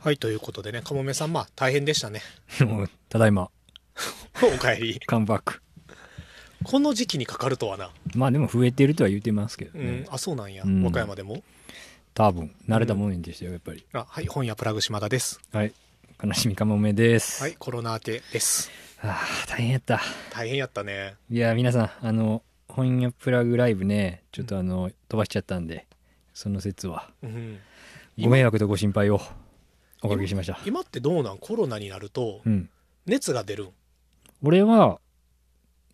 はい、ということでね、かもめさん、まあ、大変でしたね。 もうただいま、お帰り。カムバック。この時期にかかるとはな。まあでも増えてるとは言ってますけどうね。ん、あ、そうなんや。うん和歌山でも。多分、慣れたもんでしたよ、やっぱり。あ、はい、本屋プラグ島田です。はい。悲しみかもめです。はい、コロナ明けです。ああ、大変やった。大変やったね。いや、皆さん、あの、本屋プラグライブね、ちょっとあの、飛ばしちゃったんで、その説は。うん。ご迷惑とご心配をおかけしました。今ってどうなんコロナになるとう、ん。熱が出るん。俺は、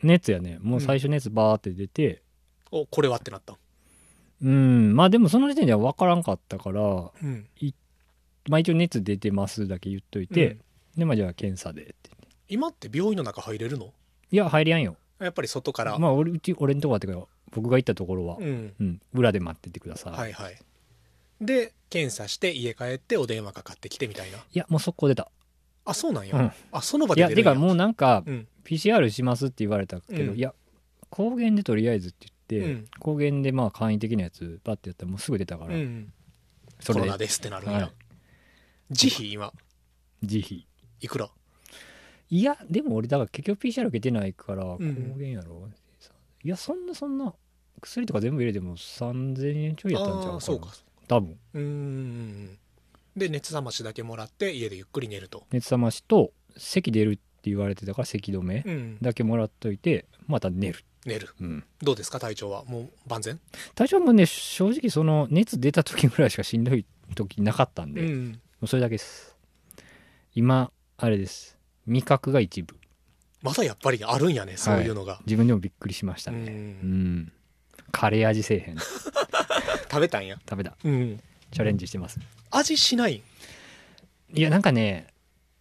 熱やね、もう最初熱バーって出て、お、これはってなった。うん、まあでもその時点では分からんかったから、うん。まあ一応熱出てますだけ言っといて、うんで、まあじゃあ検査でって言って。今って病院の中入れるのいや、入りやんよ。やっぱり外から。まあ俺、うち、俺のとこはってか、僕が行ったところは、うん。うん、裏で待っててください。、はいいはい。で、検査して家帰ってお電話かかってきてみたいな。や、もう速攻出た。あ、そうなんや。うんあ、その場いでや、出るてんや。かもうなんか、うん。 PCR しますって言われたけど、うんいや抗原でとりあえずって言って、うん抗原でまあ簡易的なやつパッてやったらもうすぐ出たかうら、ん。そコれロナでですってなるんはやい。自費今、自費いくらいやでも俺だから結局 PCR 受けてないから抗ん原やろ、いやそんなそんな薬とか全部入れても3000円ちょいやったんちゃうかあーなそうか。多分うーん。で、熱冷ましだけもらって家でゆっくり寝ると。熱冷ましと咳出るって言われてたから咳止めうん。だけもらっといてまた寝る、寝る。うん、どうですか体調は。もう万全体調もね正直その熱出た時ぐらいしかしんどい時なかったんで、うん。もうそれだけです。今、あれです。味覚が一部。まだやっぱりあるんやね、そういうのが。自分でもびっくりしましたう。ね。うんん。カレー味せえへん。食食べたんや。べた。うん。チャレンジしてます。味しないんいや、なんかね、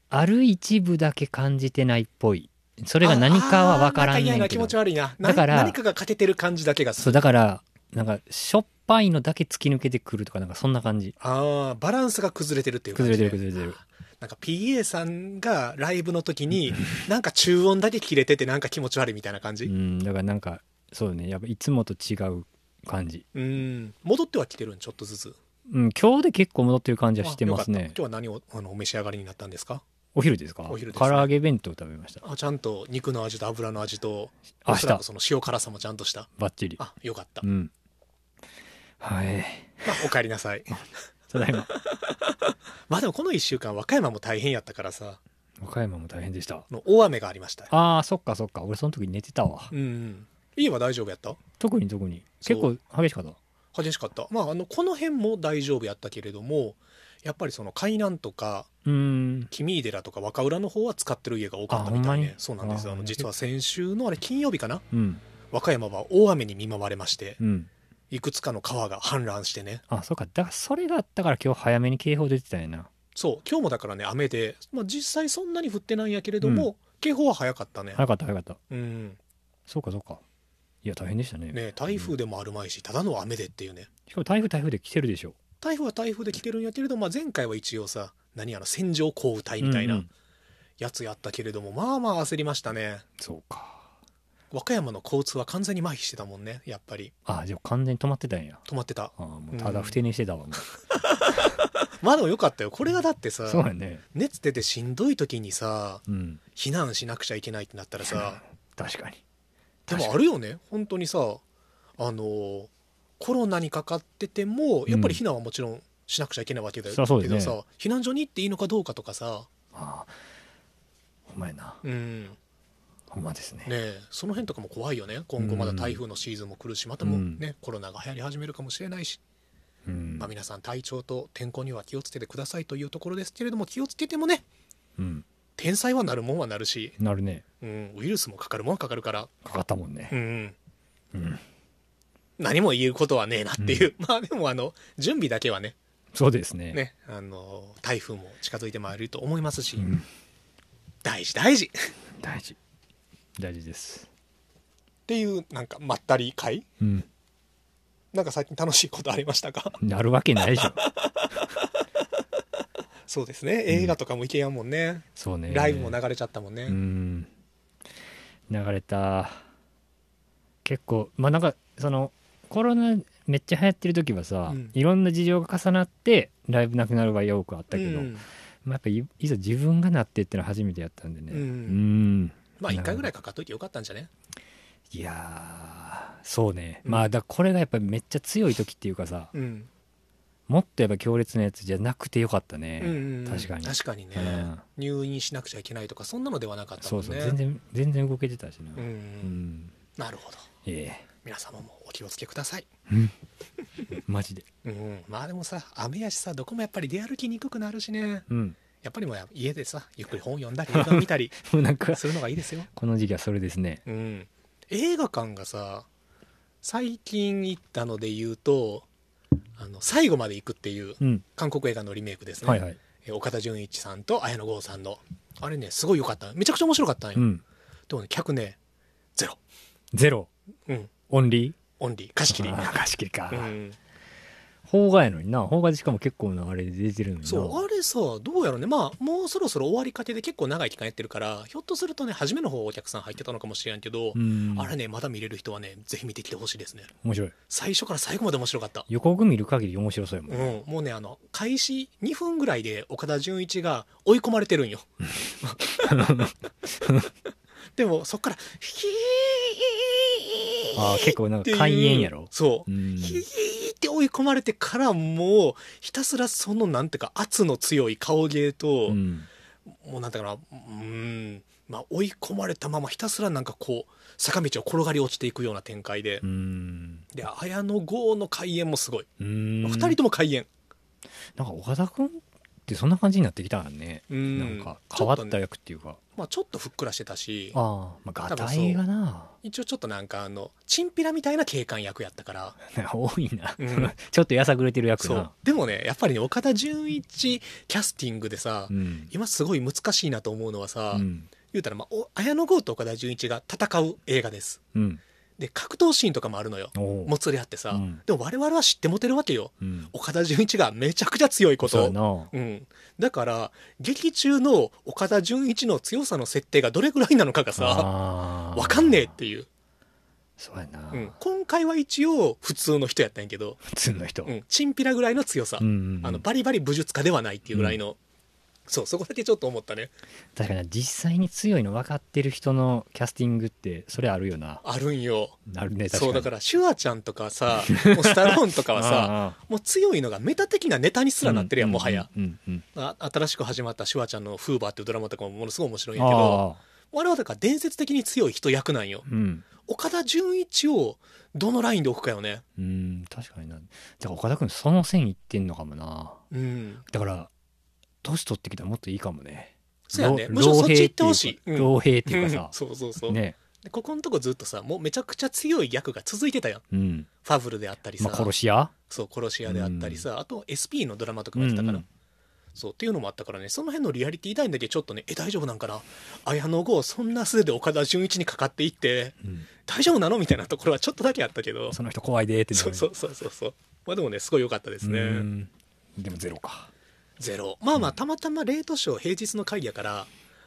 ある一部だけ感じてないっぽい。それが何かは分からああんーなんか嫌ねんなけ気ど持ち。悪いな。なだから何かが欠けてる感じだけがすそう、る。だから、なんか、しょっぱいのだけ突き抜けてくるとか、なんかそんな感じ。ああ、バランスが崩れてるっていう感じ崩ねれてる崩れてる。なんか PA さんがライブの時に、なんか中音だけ切れててなんか気持ち悪いみたいな感うじ。ん、だからなんか、そうね、やっぱいつもと違う感じ。うん。戻ってはきてるん、ちょっとずつ。うん、今日で結構戻ってる感じはしてますあよねかった。今日は何をあのお召し上がりになったんですかお昼ですかお昼です唐揚げ弁当食べましたあちゃんと肉の味と油の味と、あおそらしたくその塩辛さもちゃんとした。バッチリあ、よかった。うまんはいあ、お帰りなさい。ただ いままあでもこの1週間、和歌山も大変やったからさ、和歌山も大変でしたあの大雨がありました。あーそっかそっか俺その時寝てたわうんうん。家は大丈夫やった特に特にそう結構激しかった激しかった。まあ、あの、この辺も大丈夫やったけれども、やっぱりその海南とか、うーん君井寺とか若浦の方は使ってる家が多かったあみほんたまいにねそうなんですよあのあ実は先週のあれ金曜日かなうん和歌山は大雨に見舞われましてうんいくつかの川が氾濫してねあそっかだからそれがあったから今日早めに警報出てたんやなそう今日もだからね雨で、まあ、実際そんなに降ってないんやけれども、警報は早かったね早かった早かったうんそうかそうかいや大変でしたねね台風でもあるまいしただの雨でっていうねしかも台風台風で来てるでしょ台風は台風で来てるんやけれど、まあ、前回は一応さ何あの線状降雨帯みたいうんうなんやつやったけれども、まあまあ焦りましたねそうか和歌山の交通は完全に麻痺してたもんねやっぱりあじゃあ完全に止まってたんや止まってたあーもうただ不定にしてたわもうまあでもよかったよこれがだってさ そうやね熱出てしんどい時にさうん避難しなくちゃいけないってなったらさ 確かにで確かもにあるよね本当にさあのーコロナにかかっててもやっぱり避難はもちろんしなくちゃいけないわけだよ、そりゃそうけだよどねさ、避難所に行っていいのかどうかとかさああほんまやなうんねほんまですねえその辺とかも怖いよね今後まだ台風のシーズンも来るしまたもうね、コロナが流行り始めるかもしれないし、うんまあ、皆さん体調と天候には気をつけてくださいというところですけれども気をつけてもねうん天才はなるもんはなるし、なるねうん、ウイルスもかかるもんはかかるからかかったもんねうんうんうん何も言うことはねえなっていう、まあでもあの準備だけはねそうですねねあの台風も近づいてまいると思いますし、うん大事大事っ大事大事ですていうなんかまったり会うんなんか最近楽しいことありましたか なるわけないでしょそうですね 映画とかも行けやんもんね、そうねライブも流れちゃったもんね、うん流れた結構まあなんかそのコロナめっちゃ流行ってる時はさ、うんいろんな事情が重なってライブなくなる場合多くあったうけど、んまあ、やっぱいいざ自分がなってってのは初めてやったんでねううん、んまあ1回ぐらいかかっといてよかったんじゃねいやーそうね、うんまあだからこれがやっぱめっちゃ強い時っていうかさうんもっとやっぱ強烈なやつじゃなくてよかったね、うんうんうん確かに確かにねうん入院しなくちゃいけないとかそんなのではなかったそもうんそう全ね然全然動けてたしなううんんなるほどえ皆様もお気をつけくださいえマジでうんまあでもさ雨やしさどこもやっぱり出歩きにくくなるしねうん やっぱりもう家でさゆっくり本読んだり映画見たりもうなんかするのがいいですよこの時期はそれですねうん、映画館がさ最近行ったので言うと「あの最後まで行く」っていううん韓国映画のリメイクですね、はいはいえ岡田准一さんと綾野剛さんのあれねすごい良かっためちゃくちゃ面白かったんよ、うんでもね客ねゼロ、ゼロうん、オンリーオンリー貸し切り、あー貸し切りかうん、邦画やのにな邦画でしかも結構なあれで出てるのになそうあれさどうやろうねまあもうそろそろ終わりかけで結構長い期間やってるからひょっとするとね初めの方お客さん入ってたのかもしれんけど、うんあれねまだ見れる人はねぜひ見てきてほしいですね面白い最初から最後まで面白かった予告見る限り面白そうやもんうん、もうねあの開始2分ぐらいで岡田准一が追い込まれて るんよでもそっから「ヒー」あー結構なんってかいう開演やろそう、うんヒーって追い込まれてからもうひたすらそのなんていうか圧の強い顔芸と、うんもうなんていうかなうーんまあ追い込まれたままひたすらなんかこう坂道を転がり落ちていくような展開で、うんで綾野剛の開演もすごい、うん二人とも開演なんか岡田君ってそんな感じになってきたねうんなんか変わった役っていうかまあ、ちょっとふっくらしてたしああまあガタイがな一応ちょっとなんかあのチンピラみたいな警官役やったから 多いなうんその ちょっとやさぐれてる役そうなでもねやっぱりね岡田准一キャスティングでさ、うん今すごい難しいなと思うのはさ、うん言うたら、まあ、お綾野剛と岡田准一が戦う映画ですうんで格闘シーンとかもあるのよおうもつれ合ってさ、うんでも我々は知ってもてるわけようん岡田准一がめちゃくちゃ強いこそうやとなうん、だから劇中の岡田准一の強さの設定がどれぐらいなのかがさあーわかんねえっていうそうやなうん、今回は一応普通の人やったんやけど、普通の人うん、チンピラぐらいの強さ、うんうんあのバリバリ武術家ではないっていうぐらいの、そうそこだけちょっと思ったね確かに実際に強いの分かってる人のキャスティングってそれあるよなあるんよあるね確かそにうだからシュワちゃんとか さもうスタローンとかはさああもう強いのがメタ的なネタにすらなってるやん、うもはやうんうんあ新しく始まったシュワちゃんの「フーバー」っていうドラマとかもものすごい面白いうんんやけどああ我々だから伝説的に強い人役なんようん岡田准一をどのラインで置くかよねうん確かになだから岡田君その線いってんのかもなうんだから年取ってきたらもっといいかもねそうやね老むしろそっち行ってほしいうん老兵っていうか老兵っていうかさ、そうそうそう、ねでここのとこずっとさもうめちゃくちゃ強い役が続いてたやんうんファブルであったりさ、まあ殺し屋そう殺し屋であったりさ、あと SP のドラマとかもうやっんてたから、うんそうっていうのもあったからねその辺のリアリティラインだけちょっとねえ大丈夫なんかな綾野剛そんな素手で岡田准一にかかっていってうん大丈夫なのみたいなところはちょっとだけあったけどそその人怖いでってうそううそうそうそうまあでもねすごい良かったですね、ねでもゼロかゼロまあまあたまたまレートショー平日の会やから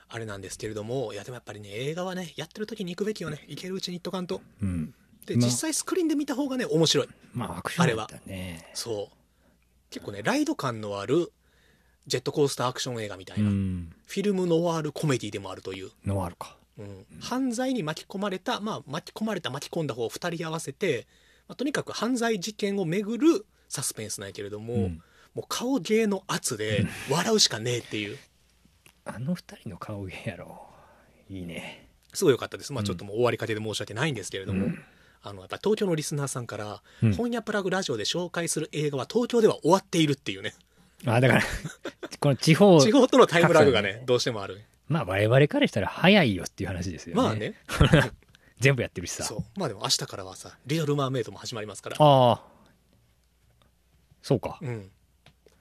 あれなんですけれどもいやでもやっぱりね映画はねやってる時に行くべきよね行けるうちに行っとかんとうんでまあ実際スクリーンで見た方がね面白いまあアクションだったねそう結構ねライド感のあるジェットコースターアクション映画みたいうな、フんィルムノワールコメディでもあるという、ノワールかうん犯罪に巻き込まれたまあ巻き込まれた巻き込んだ方を2人合わせて、まあとにかく犯罪事件をめぐるサスペンスなんやけれども、うんもう顔芸の圧で笑うしかねえっていうあの二人の顔芸やろいいねすごい良かったですまあちょっともう終わりかけで申し訳ないんですけれども、うんあのやっぱ東京のリスナーさんから、うん本屋プラグラジオで紹介する映画は東京では終わっているっていうね あだからこの地方地方とのタイムラグが格差ねどうしてもあるまあ我々からしたら早いよっていう話ですよねまあね全部やってるしさそうまあでも明日からはさ「リアル・マーメイド」も始まりますからああそうかうん、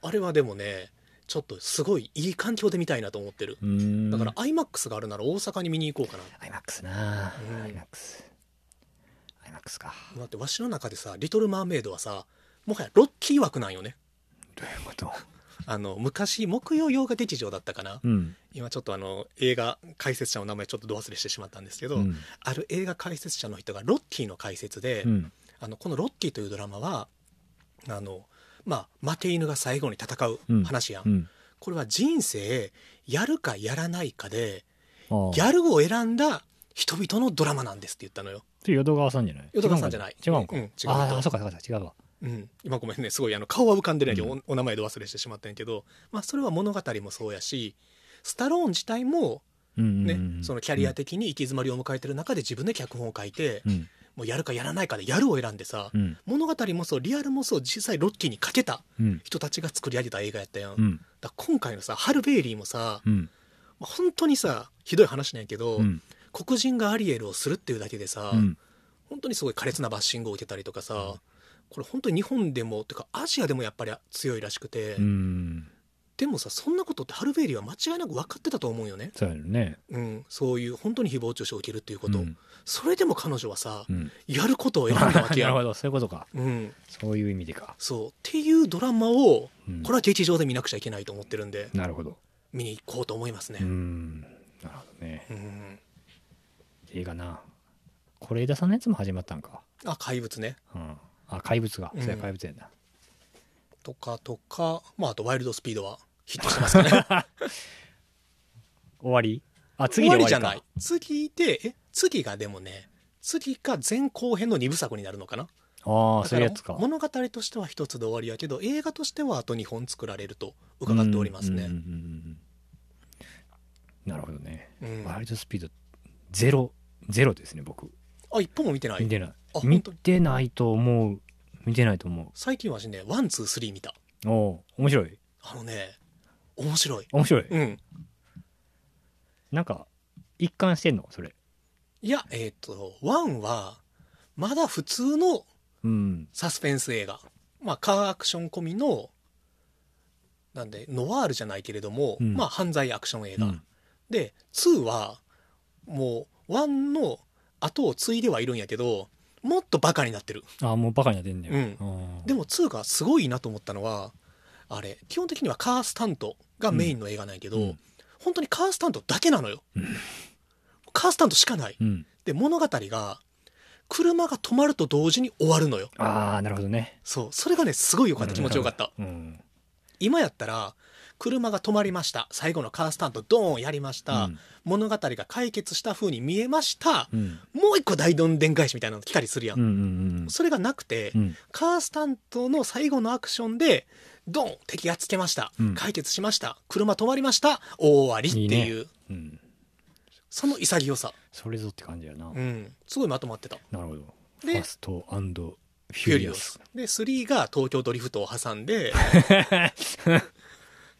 あれはでもねちょっとすごいいい環境で見たいなと思ってるうーんだから IMAX があるなら大阪に見に行こうかな IMAX なあうん IMAX IMAX かだってわしの中でさ「リトル・マーメイド」はさもはやロッキー枠なんよねどういうことあの昔木曜洋画劇場だったかなうん今ちょっとあの映画解説者の名前ちょっとど忘れしてしまったんですけど、うんある映画解説者の人がロッキーの解説で、うんあのこの「ロッキー」というドラマはあのまあ、負け犬が最後に戦う話やん、うんこれは人生やるかやらないかでああギャルを選んだ人々のドラマなんですって言ったのよそれ淀川さんじゃない淀川さんじゃない違うんかうん違違うう人ああそうかそうか違うわうん、今ごめんねすごいあの顔は浮かんでないけど、うおお名前で忘れしてしまったんやけど、まあ、それは物語もそうやしスタローン自体も、うんうんねうんそのキャリア的に行き詰まりを迎えてる中で自分で脚本を書いて、うんもうやるかやらないかでやるを選んでさ、うん物語もそうリアルもそう実際ロッキーにかけたうん人たちが作り上げた映画やったやん、うだかんら今回のさハル・ベイリーもさ、うんまあ本当にさひどい話なんやけど、うん黒人がアリエルをするっていうだけでさ、うん本当にすごい苛烈なバッシングを受けたりとかさ、これ本当に日本でもてかアジアでもやっぱり強いらしくて、うんでもさそんなことってハルベイリーは間違いなく分かってたと思うよね、そうやろねうん、そういう本当に誹謗中傷を受けるっていうこと、うんそれでも彼女はさ、うんやることを選んだわ なけるやほどそういうことかうん、そういう意味でかそうっていうドラマをうんこれは劇場で見なくちゃいけないと思ってるんでなるほど見に行こうと思いますうね、んなるほどねうんいいかな是枝さんのやつも始まったんかあ怪物ねうんあ怪物がうんそうや怪物やなとかとかまああと「ワイルドスピード」はヒットしてますかね終わりあ次で終わりじかゃない次でえ次がでもね次が前後編の2部作になるのかなああだそかういうらやつか物語としては一つで終わりやけど映画としてはあと2本作られると伺っておりますうんうんね、うんうんなるほどね、うんワイあルドスピードゼロゼロですね僕一本も見てない見てないあ本見当にてないと思う見てないと思最近はしねワンツースリー見たうおおう面白いあのね面白い面白い、うんなんか一貫してんのそれいやえっ、とワンはまだ普通のうんサスペンス映画まあカーアクション込みのなんでノワールじゃないけれども、うんまあ犯罪アクション映う画、んで2はもう1の後を継いではいるんやけどもっとバカになってるあもうバカになってんだよ、うんあーでも2がすごいなと思ったのはあれ基本的にはカースタントがメインの映画なんやけど、うん本当にカースタントだけなのよ、カースタントしかないうんで物語が車が止まると同時に終わるのよああなるほどねそうそれがねすごいよかった気持ちよかったうん今やったら車が止まりました最後のカースタントドーンやりました、うん物語が解決した風に見えました、うんもう一個大どんでん返しみたいなの来たりするやん、うんうんそれがなくて、うんうんカースタントの最後のアクションでドン敵やっつけました、うん解決しました車止まりました終わりっていういうんその潔さ、それぞって感じやな、うん、すごいまとまってたなるほどフでァストフュフューーリリオオススで3が東京ドリフトを挟ん で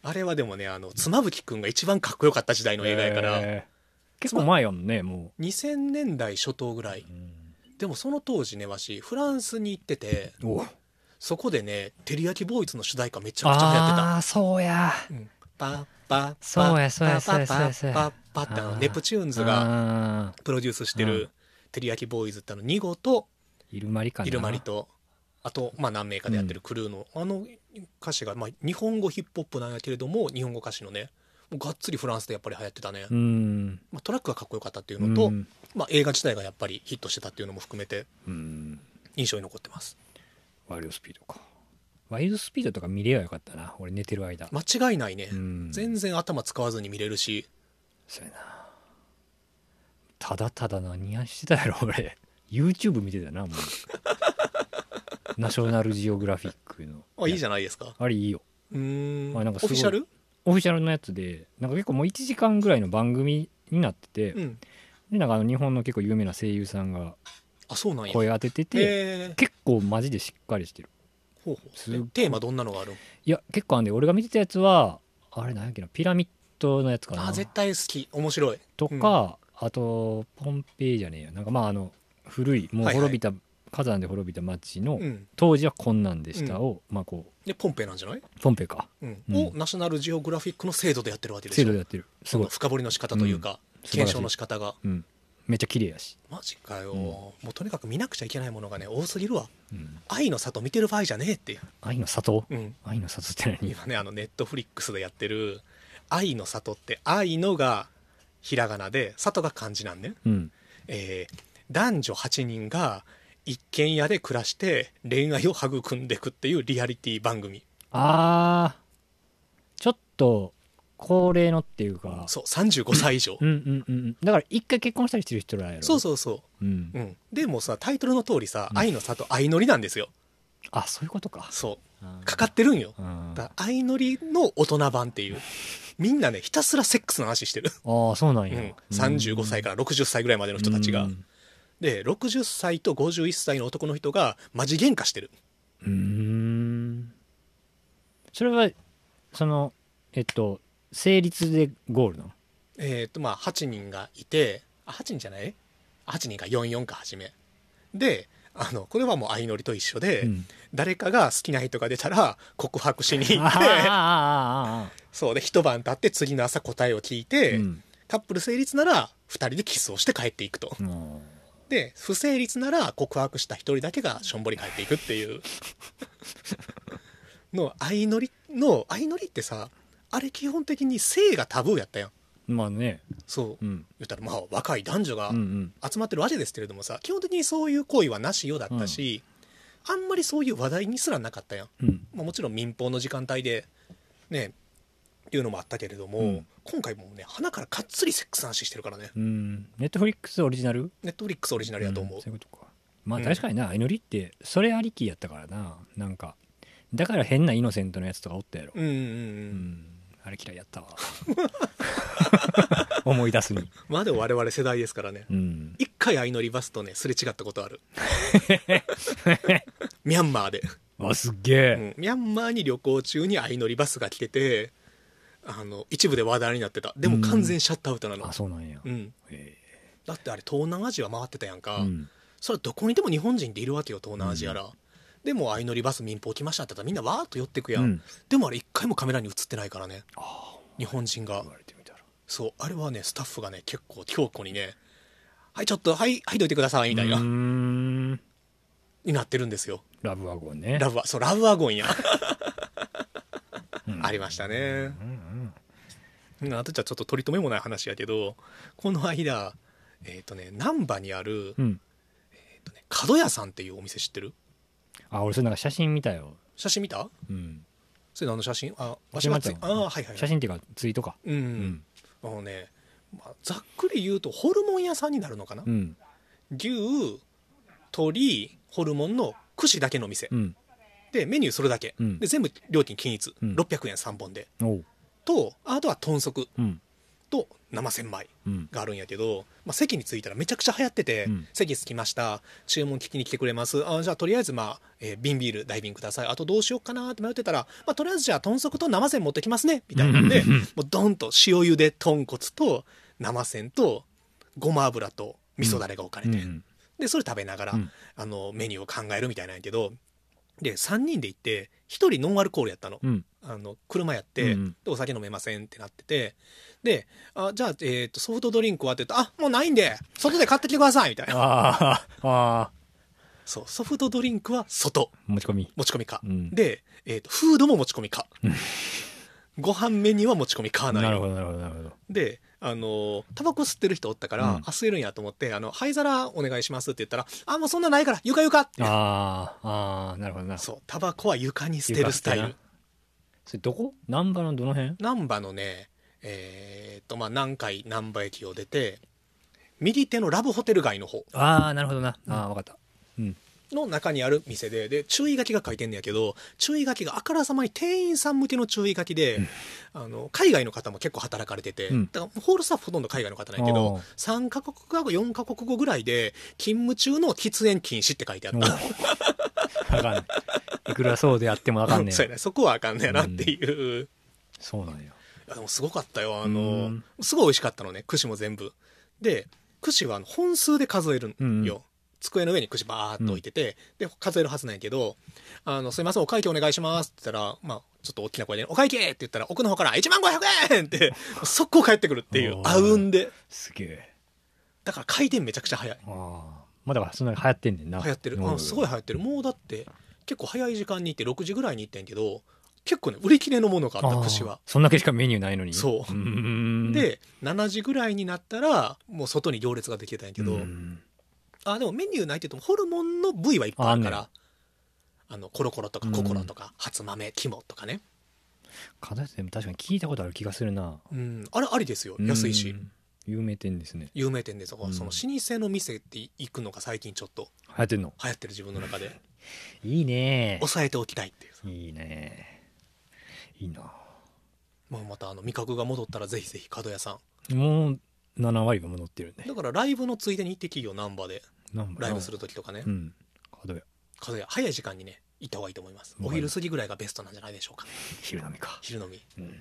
あれはでもねあの妻夫木君が一番かっこよかった時代の映画やから、えー結構前やもんねも、2000年代初頭ぐらいううでもその当時ねわしフランスに行っててん、おそこでね「てりやきボーイズ」の主題歌めちゃくちゃ流行ってたああそうやうんパッパッパッそうやそうやパッパッそうやそうやパッパッパッってあのあーネプチューンズががプロデュースしてうんるてりやきボーイズってあの2号とイルマリかなイルマリとあとまあ何名かでやってるクルーのあの歌詞がまあ日本語ヒップホップなんやけれども日本語歌詞のねもうがっつりフランスでやっぱり流行ってたねう、んまあ、トラックがかっこよかったっていうのと、うんまあ、映画自体がやっぱりヒットしてたっていうのも含めてうん印象に残ってますワイルドスピードかワイルドスピードとか見ればよかったな俺寝てる間、間違いないね、うん全然頭使わずに見れるしそうやなただただ何やしてたやろ 俺 YouTube 見てたなもう ナショナルジオグラフィックのあいいじゃんゃないですかあれいいようーんあなオんかフすごいィシャルオフィシャルのやつでなんか結構もう1時間ぐらいの番組になってて、うんでなんかあの日本の結構有名な声優さんがあそうなんや声当ててて、え結構マジでしっかりしてるー、ほうほすっごういテーマどんなのがあるいや結構あんで俺が見てたやつはあれなんやっけなピラミッドのやつかなあ絶対好き面白いとか、あとポンペイじゃねえやなんかまああの古いもうはいはい滅びた、火山で滅びた町の、うん当時はこんなんでしたを、まあこでポンペイなんじゃないうポンペイかうんうんをナショナルジオグラフィックの制度でやってるわけでし制ょ度でやってるすそごのい、深掘りの仕方というか、うん検証の仕方がうん、めっちゃ綺麗やし、マジかよ、うんもうとにかく見なくちゃいけないものがね多すぎるわうん、愛の里見てる場合じゃねえっていう、愛の里うん、愛の里って何今ねあのネットフリックスでやってる「愛の里」って「愛の」がひらがなで「里」が漢字なんね、うんえー男女8人が一軒家で暮らして恋愛を育んでいくっていうリアリティ番組あーちょっと高齢のっていうかそう35歳以上うんうんうんうんだから一回結婚したりしてる人らやろ、そうそうそうんう、うんでもうさタイトルの通りさ「うん愛の里愛のり」なんですよあそういうことかそうかかってるんようんだから愛のりの大人版っていうみんなねひたすらセックスの話してる、ああそうなんうや、ん、35歳から60歳ぐらいまでのら人たちが、で60歳と51歳の男の人がマジ喧嘩してるうーんそれはそのえっと成立でゴールなのえっ、とまあ8人がいてあ8人じゃないあ8人か44か初めであのこれはもう相乗りと一緒で、うん誰かが好きな人が出たら告白しに行あっあてあああ そうで一晩経って次の朝答えを聞いあて、うんカップル成立なら2人でキスをして帰っていくとうんで不成立なら告白した1人だけがしょんぼり帰っていくっていう の相乗りの相乗りってさあれ基本的に性がタブーやったやんまあねそううん言ったらまあ若い男女がうんうん集まってるわけですけれどもさ基本的にそういう行為はなしよだったし、あんまりそういう話題にすらなかったやん、うんまあ、もちろん民放の時間帯でねっていうのもあったけれども、うん今回もうね花からかっつりセックスの話してるからねうんネットフリックスオリジナルネットフリックスオリジナルやと思う、んそういうことかまあうん確かにな、あいのりってそれありきやったからななんかだから変なイノセントのやつとかおったやろ、うんうんううん、ん、あれ嫌いやったわ 思い出すにまだ我々世代ですからねうん一回相乗りバスとねすれ違ったこと あるミャンマーで、わすっげうえ、ん、ミャンマーに旅行中に相乗りバスが来ててあの一部で話題になってたでも完全シャットアウトなのあそうなんや、うん、へだってあれ東南アジア回ってたやんか、えうんそれはどこにでも日本人っているわけよ東南アジアら、でも相乗りバス民放来ましたって言ったらみんなわーっと寄ってくやん、うんでもあれ一回もカメラに映ってないからねああ日本人が言われてみたらそうあれはねスタッフがね結構強固にね「はいちょっとはいはいどいてください」みたいうーなんになってるんですよラブワゴンねラブはそうラブワゴンやうんありましたねうんうんうんあとじゃあちょっと取り留めもない話やけどこの間えっ、とね難波にあるうん角屋さんっていうお店知ってるあ俺それなんか写真見たよ、写真見たうん、それ何の写真あわしがついちょっとあ待ってよーはいはいはい写真っていうかツイートかうん、うんあのね、まあ、ざっくり言うとホルモン屋さんになるのかな、うん牛鶏ホルモンの串だけの店、うんでメニューそれだけ、うんで全部料金均一、うん600円3本でおうとあとは豚足うんと生千枚うんがあるんやけど、まあ、席に着いたらめちゃくちゃ流行ってて、うん席着きました注文聞きに来てくれますあじゃあとりあえずまあ、えー瓶ビール大瓶くださいあとどうしようかなって迷ってたら、まあ、とりあえずじゃあ豚足と生鮮持ってきますねみたいなんでうんうんうん もうドンと塩ゆで豚骨と生鮮とごま油と味噌だれが置かれうて、んでそれ食べながら、うんあのメニューを考えるみたいなんやけどで3人で行って1人ノンアルコールやったのうんあの車やって、うんうんでお酒飲めませんってなっててであじゃあ、えー、とソフトドリンクはって言うとあもうないんで外で買ってきてくださいみたいなあーあそうソフトドリンクは外ー持ち込み持ち込みか、うんで、えー、とフードも持ち込みかご飯メニューは持ち込みかなんよなるほどなるほどなるほどであのタバコ吸ってる人おったから、うんあ吸えるんやと思って「あの灰皿お願いします」って言ったら「あもうそんなないから床床」ってあーあーなるほどなそうタバコは床に捨てるスタイ床ル捨てそれどこ難波のどの辺難波のねえーっとまあ南海難波駅を出て右手のラブホテル街の方ああなるほどな、ああ分かったうんの中にある店でで注意書きが書いてんねやけど注意書きがあからさまに店員さん向けの注意書きで、あの海外の方も結構働かれてて、うんだからホールスタッフほとんど海外の方なんやけあどー3カ国か4カ国語ぐらいで勤務中の喫煙禁止って書いてあっおうた。あかんねいくらそうであってもあかんねん そうやねそこはあかんねやなっていう、いそうなんややでもすごかったよあうのんすごい美味しかったのね串も全部で串はあの本数で数えるうんんうよ、ん机の上に串バーっと置いてて、で数えるはずなんやけど「あのすいませんお会計お願いします」って言ったらまあちょっと大きな声で、ね「お会計!」って言ったら奥の方から「1万500円!」って速攻帰ってくるっていうおーあうんですげえだから回転めちゃくちゃ早いああまあだからそんなに流行ってんねんな流行ってるうんあすごい流行ってるもうだって結構早い時間に行って6時ぐらいに行ってんけど結構ね売り切れのものがあった串はあーそんだけしかメニューないのにそううんで7時ぐらいになったらもう外に行列ができてたんやけど、うんあでもメニューないって言ってもホルモンの部位はいっぱいあるからあんあ、のコロコロとかココロとか、初豆肝とかねカダでも確かに聞いたことある気がするなうんあれありですよ安いし、うん有名店ですね有名店ですそうんの老舗の店って行くのが最近ちょっと流行ってんの流行ってる自分の中でいいね抑えておきたいっていういいねいいなまあ、またあの味覚が戻ったらぜひぜひ角屋さんもう7割が戻ってるねだからライブのついでに行ってきいよ難波で何ライブする時とかね、うん角屋角屋早い時間にね行った方がいいと思いますわおかり昼まし過ぎぐらいがベストなんじゃないでしょうか昼飲みか昼飲みうん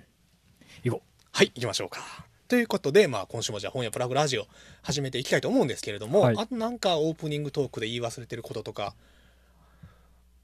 行こはい行きましょうかということで、まあ、今週もじゃあ本屋プラグラジオ始めていきたいと思うんですけれども、はいあとなんかオープニングトークで言い忘れてることとか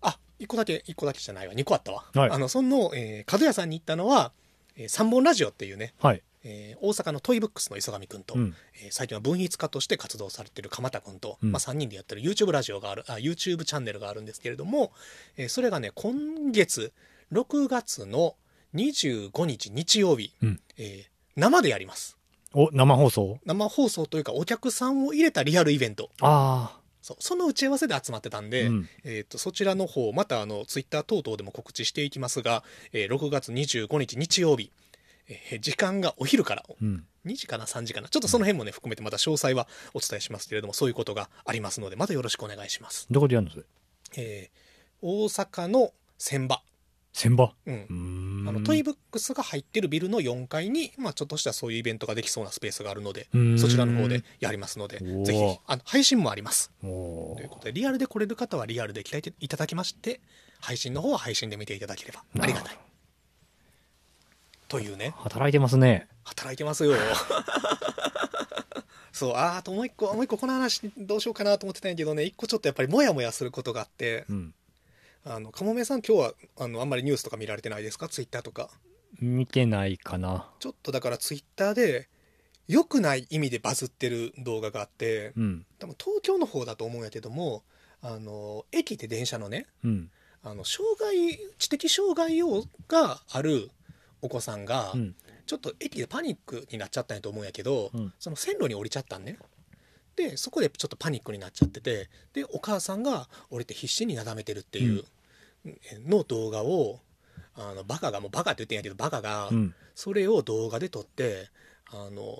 あ一1個だけ1個だけじゃないわ2個あったわ、はいあのその、えー、角屋さんに行ったのは、えー、三本ラジオっていうね、うはいえー大阪のトイブックスの磯上くんと、うんえー最近は文筆家として活動されてる鎌田君と、うんまあ、3人でやってる YouTube ラジオがあるあ YouTube チャンネルがあるんですけれども、えーそれがね今月6月の25日日曜日、うんえー生でやりますお生放送生放送というかお客さんを入れたリアルイベントあそうその打ち合わせで集まってたんあで、うんえー、とそちらの方またあのツイッター等々でも告知していきますが、えー6月25日日曜日、えー時間がお昼からうん2時かな3時かなちょっとその辺もね含めてまた詳細はお伝えしますけれどもそういうことがありますのでまたよろしくお願いします、どこでやるのそれえー大阪の船場、千葉うんうーんあのトイブックスが入ってるビルの4階に、まあ、ちょっとしたそういうイベントができそうなスペースがあるのでうんそちらの方でやりますのでおーぜひぜひあの配信もありますおというーことでリアルで来れる方はリアルで来ていただきまして配信の方は配信で見ていただければありがたいというね働いてますね働いてますよ そうあーあともう一個もう一個この話どうしようかなと思ってたんやけどね一個ちょっとやっぱりモヤモヤすることがあってうんあのかもめさん今日はあのあんまりニュースとか見られてないですかツイッターとか見てないかなちょっとだからツイッターで良くない意味でバズってる動画があってうん多分東京の方だと思うんやけどもあの駅で電車のねうんあの障害知的障害をがあるお子さんが、うんちょっと駅でパニックになっちゃったんやと思うんやけど、うんその線路に降りちゃったんねでそこでちょっとパニックになっちゃっててでお母さんが降りて必死になだめてるっていうの動画をあのバカがもうバカって言ってんやけどバカがうんそれを動画で撮ってあの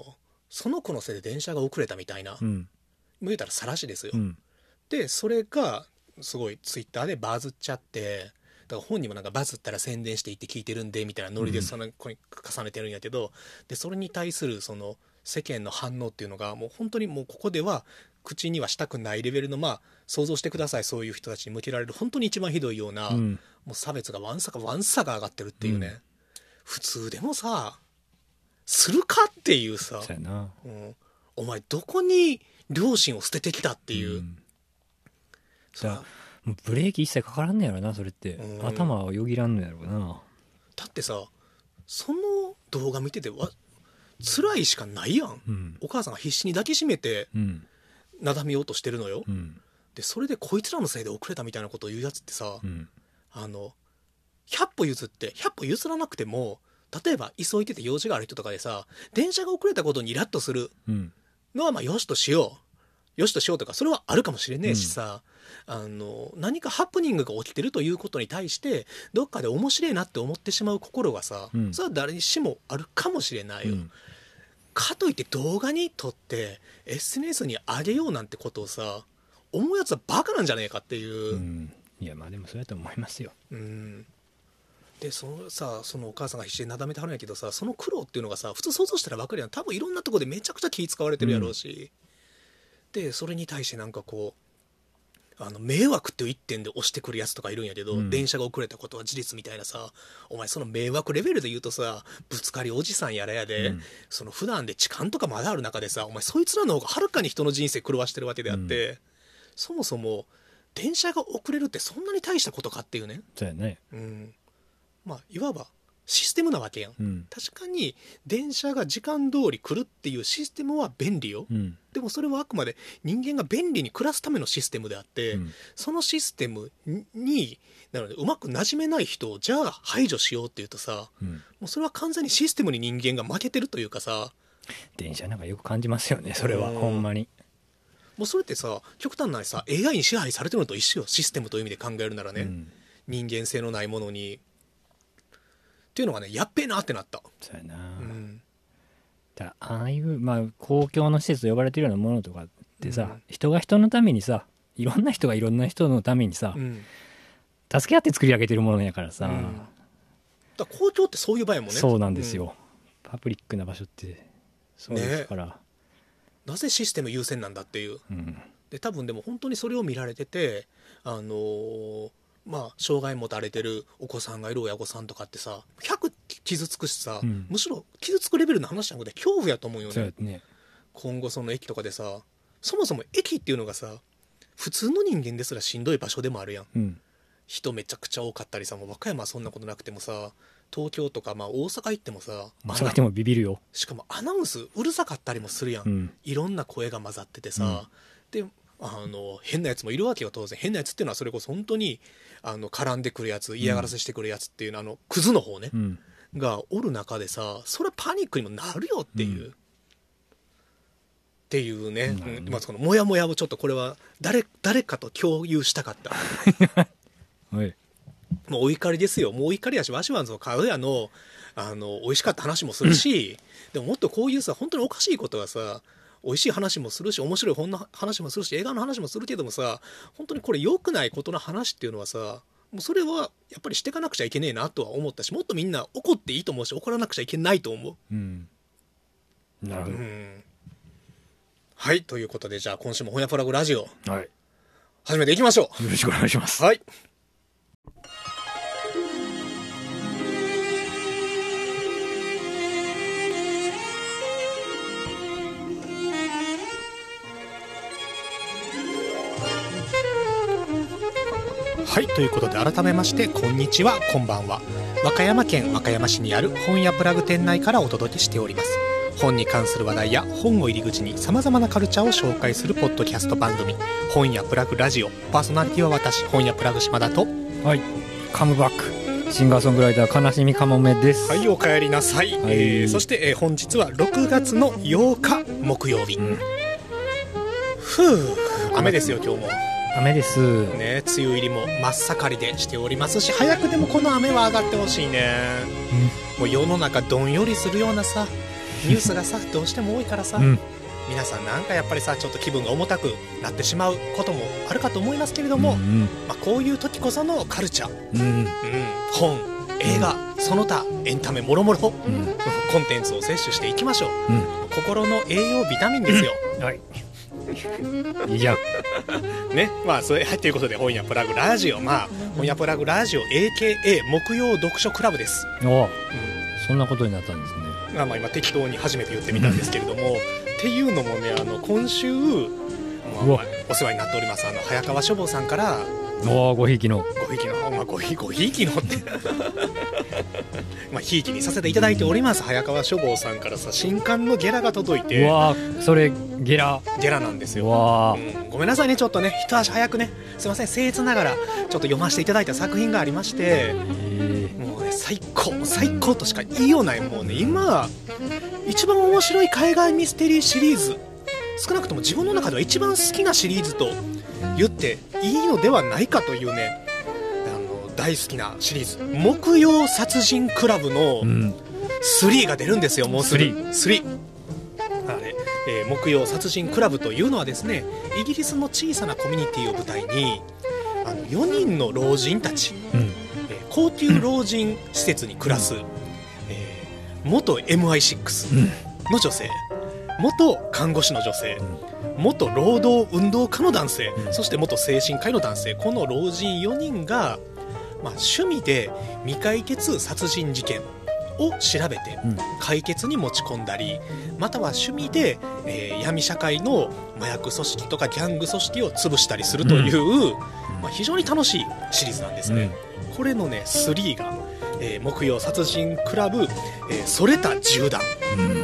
その子のせいで電車が遅れたみたいな、うん言うたら晒しですよ、うんでそれがすごいツイッターでバズっちゃってだから本人もなんかバズったら宣伝していいって聞いてるんでみたいなノリでうんその子に重ねてるんやけど、でそれに対するその世間の反応っていうのがもう本当にもうここでは口にはしたくないレベルのまあ想像してくださいそういう人たちに向けられる本当に一番ひどいような、うんもう差別がわんさかわんさか上がってるっていうね、うん普通でもさするかっていうさ、そうやなっうん、お前どこに両親を捨ててきたってていう。だからもうブレーキ一切かからんねやろなそれってうん頭をよぎらんのやろなだってさその動画見ててわ辛いしかないやんうんお母さんが必死に抱きしめてうんなだめようとしてるのようんでそれでこいつらのせいで遅れたみたいなことを言うやつってさうんあの100歩譲って100歩譲らなくても例えば急いでて用事がある人とかでさ電車が遅れたことにイラッとするうんのはまあよしとしようよしとしようとかそれはあるかもしれねえしさ、あの何かハプニングが起きてるということに対してどっかで面白いなって思ってしまう心がさ、うんそれは誰しもあるかもしれないよ、かといって動画に撮って SNS に上げようなんてことをさ思うやつはバカなんじゃねえかっていうう、んいやまあでもそうやと思いますようんでそのさそのお母さんが必死でなだめてはるんやけどさその苦労っていうのがさ普通想像したら分かるやん多分いろんなとこでめちゃくちゃ気使われてるやろうし、でそれに対してなんかこうあの迷惑っていう一点で押してくるやつとかいるんやけど、うん電車が遅れたことは事実みたいなさお前その迷惑レベルで言うとさぶつかりおじさんやらやで、うんその普段で痴漢とかまだある中でさお前そいつらの方がはるかに人の人生狂わしてるわけであって、そもそも電車が遅れるってそんなに大したことかっていうね、そうやねうん、まあいわばシステムなわけやんうん確かに電車が時間通り来るっていうシステムは便利よ、うんでもそれはあくまで人間が便利に暮らすためのシステムであって、うんそのシステムになのでうまくなじめない人をじゃあ排除しようっていうとさうんもうそれは完全にシステムに人間が負けてるというかさ電車なんかよく感じますよねそれはうんほんまにもうそれってさ極端なさ AI に支配されてるのと一緒よシステムという意味で考えるならね、うん人間性のないものにっていうのがねやっべえなってなった、そうやな、うん、だからああいう、まあ、公共の施設と呼ばれてるようなものとかってさ、うん人が人のためにさいろんな人がいろんな人のためにさ、うん助け合って作り上げてるものやからさ、うんだから公共ってそういう場合もねそうなんです、よ、パブリックな場所ってそうですから、うんなぜシステム優先なんだっていううんで多分でも本当にそれを見られててあのーまあ障害持たれてるお子さんがいる親御さんとかってさ100傷つくしさ、うんむしろ傷つくレベルの話じゃなくて恐怖やと思うよそうねやね今後その駅とかでさそもそも駅っていうのがさ普通の人間ですらしんどい場所でもあるやんうん人めちゃくちゃ多かったりさもう和歌山はそんなことなくてもさ東京とかまあ大阪行ってもさまさかでもビビるよ、しかもアナウンスうるさかったりもするやん、うん、いろんな声が混ざっててさ、であの変なやつもいるわけよ当然変なやつっていうのはそれこそ本当にあの絡んでくるやつ嫌がらせしてくるやつっていうの、あのクズの方ねう、ん、がおる中でさそれはパニックにもなるよっていう、うんっていうね、なるほどうんまあ、そのモヤモヤをちょっとこれは誰誰かと共有したかった。はいもうお怒りですよ。もうお怒りやし、わしはその、かうやの、あの、美味しかった話もするし、でももっとこういうさ、本当におかしいことはさ、美味しい話もするし、面白い本の話もするし、映画の話もするけどもさ、本当にこれ良くないことの話っていうのはさ、もうそれはやっぱりしていかなくちゃいけねえなとは思ったし、もっとみんな怒っていいと思うし、怒らなくちゃいけないと思う。うんなるほうど、ん。はい、ということで、じゃあ今週もほやプラグラジオ、はい始めていきましょよろしくお願いしますう。はい。はい、ということで改めまして、こんにちは、こんばんは。和歌山県和歌山市にある本屋プラグ店内からお届けしております。本に関する話題や本を入り口に様々なカルチャーを紹介するポッドキャスト番組、本屋プラグラジオ。パーソナリティは私、本屋プラグ島田と。はい、カムバックシンガーソングライター悲しみかもめです。はい、お帰りなさい。はいえーそして、えー本日は6月の8日木曜日。うんふう雨ですよ、今日も。雨です。ね、梅雨入りも真っ盛りでしておりますし早くでもこの雨は上がってほしいね、もう世の中どんよりするような さニュースがさどうしても多いからさ、うん、皆さんなんかやっぱりさちょっと気分が重たくなってしまうこともあるかと思いますけれども、うん、まあ、こういう時こそのカルチャー、うん、うん、本映画その他エンタメもろもろコうん、うんンテンツを摂取していきましょうう心の栄養ビタミンですよ、ん、はい。いいじゃん。ねまあそれはいということで本屋プラグラジオまあ本屋プラグラジオ AKA 木曜読書クラブです、お、そんなことになったんですね。うんまあまあ今適当に初めて言ってみたんですけれどもっていうのもねあの今週、まあうわまあお世話になっておりますあの早川書房さんからおー、ごひいきの。ごひいきの、まあ、ごひごひいきのって まあひいきにさせていただいております早川書房さんからさ新刊のゲラが届いうてわー、それゲラ。ゲラなんですうよわー、うんごめんなさいねちょっとね一足早くねすいません僭越ながらちょっと読ませていただいた作品がありましてえもうね最高最高としか言いようないもうね今一番面白い海外ミステリーシリーズ少なくとも自分の中では一番好きなシリーズと言っていいのではないかというねあの大好きなシリーズ「木曜殺人クラブ」のー、うん、 3が出るんですよもうすぐ3 3あれ、えー木曜殺人クラブというのはですねイギリスの小さなコミュニティを舞台にあの4人の老人たち、うん、えー高級老人施設に暮らす、えー元 MI6 うん、の女性元看護師の女性元労働運動家の男性、うんそして元精神科医の男性この老人4人が、まあ、趣味で未解決殺人事件を調べてうん解決に持ち込んだりまたは趣味で、えー闇社会の麻薬組織とかギャング組織を潰したりするという、まあ、非常に楽しいシリーズなんですね。これのね3が、えー木曜殺人クラブ、えーそれた銃弾うん、もう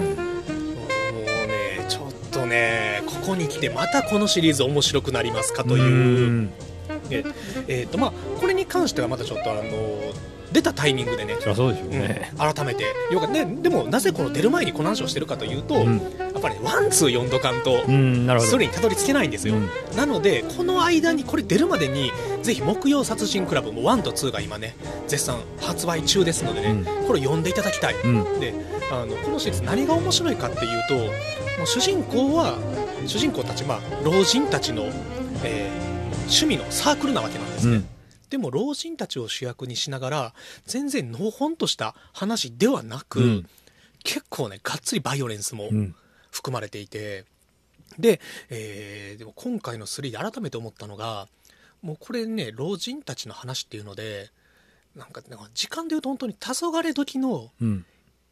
ねちょっとねここに来てまたこのシリーズ面白くなりますかという、ん、えっとまあ、これに関してはまたちょっとあの出たタイミングでね、そりゃそうでしょううんね、改めてよかったねでもなぜこの出る前にこの話をしてるかというと、うやん、っぱりねワンツー読んどかんとうんなるほどそれにたどり着けないんですよ、うんなのでこの間にこれ出るまでにぜひ木曜殺人クラブも1と2が今ね絶賛発売中ですのでね、これを読んでいただきたいうんであのこのシリーズ何が面白いかっていうともう主人公は主人公たち、まあ、老人たちの、えー趣味のサークルなわけなんですうね、んでも老人たちを主役にしながら全然のほほんとした話ではなく、うん結構ねがっつりバイオレンスもうん含まれていてで,、えーでも今回の3で改めて思ったのがもうこれね老人たちの話っていうのでなんかなんか時間でいうと本当に黄昏時のうん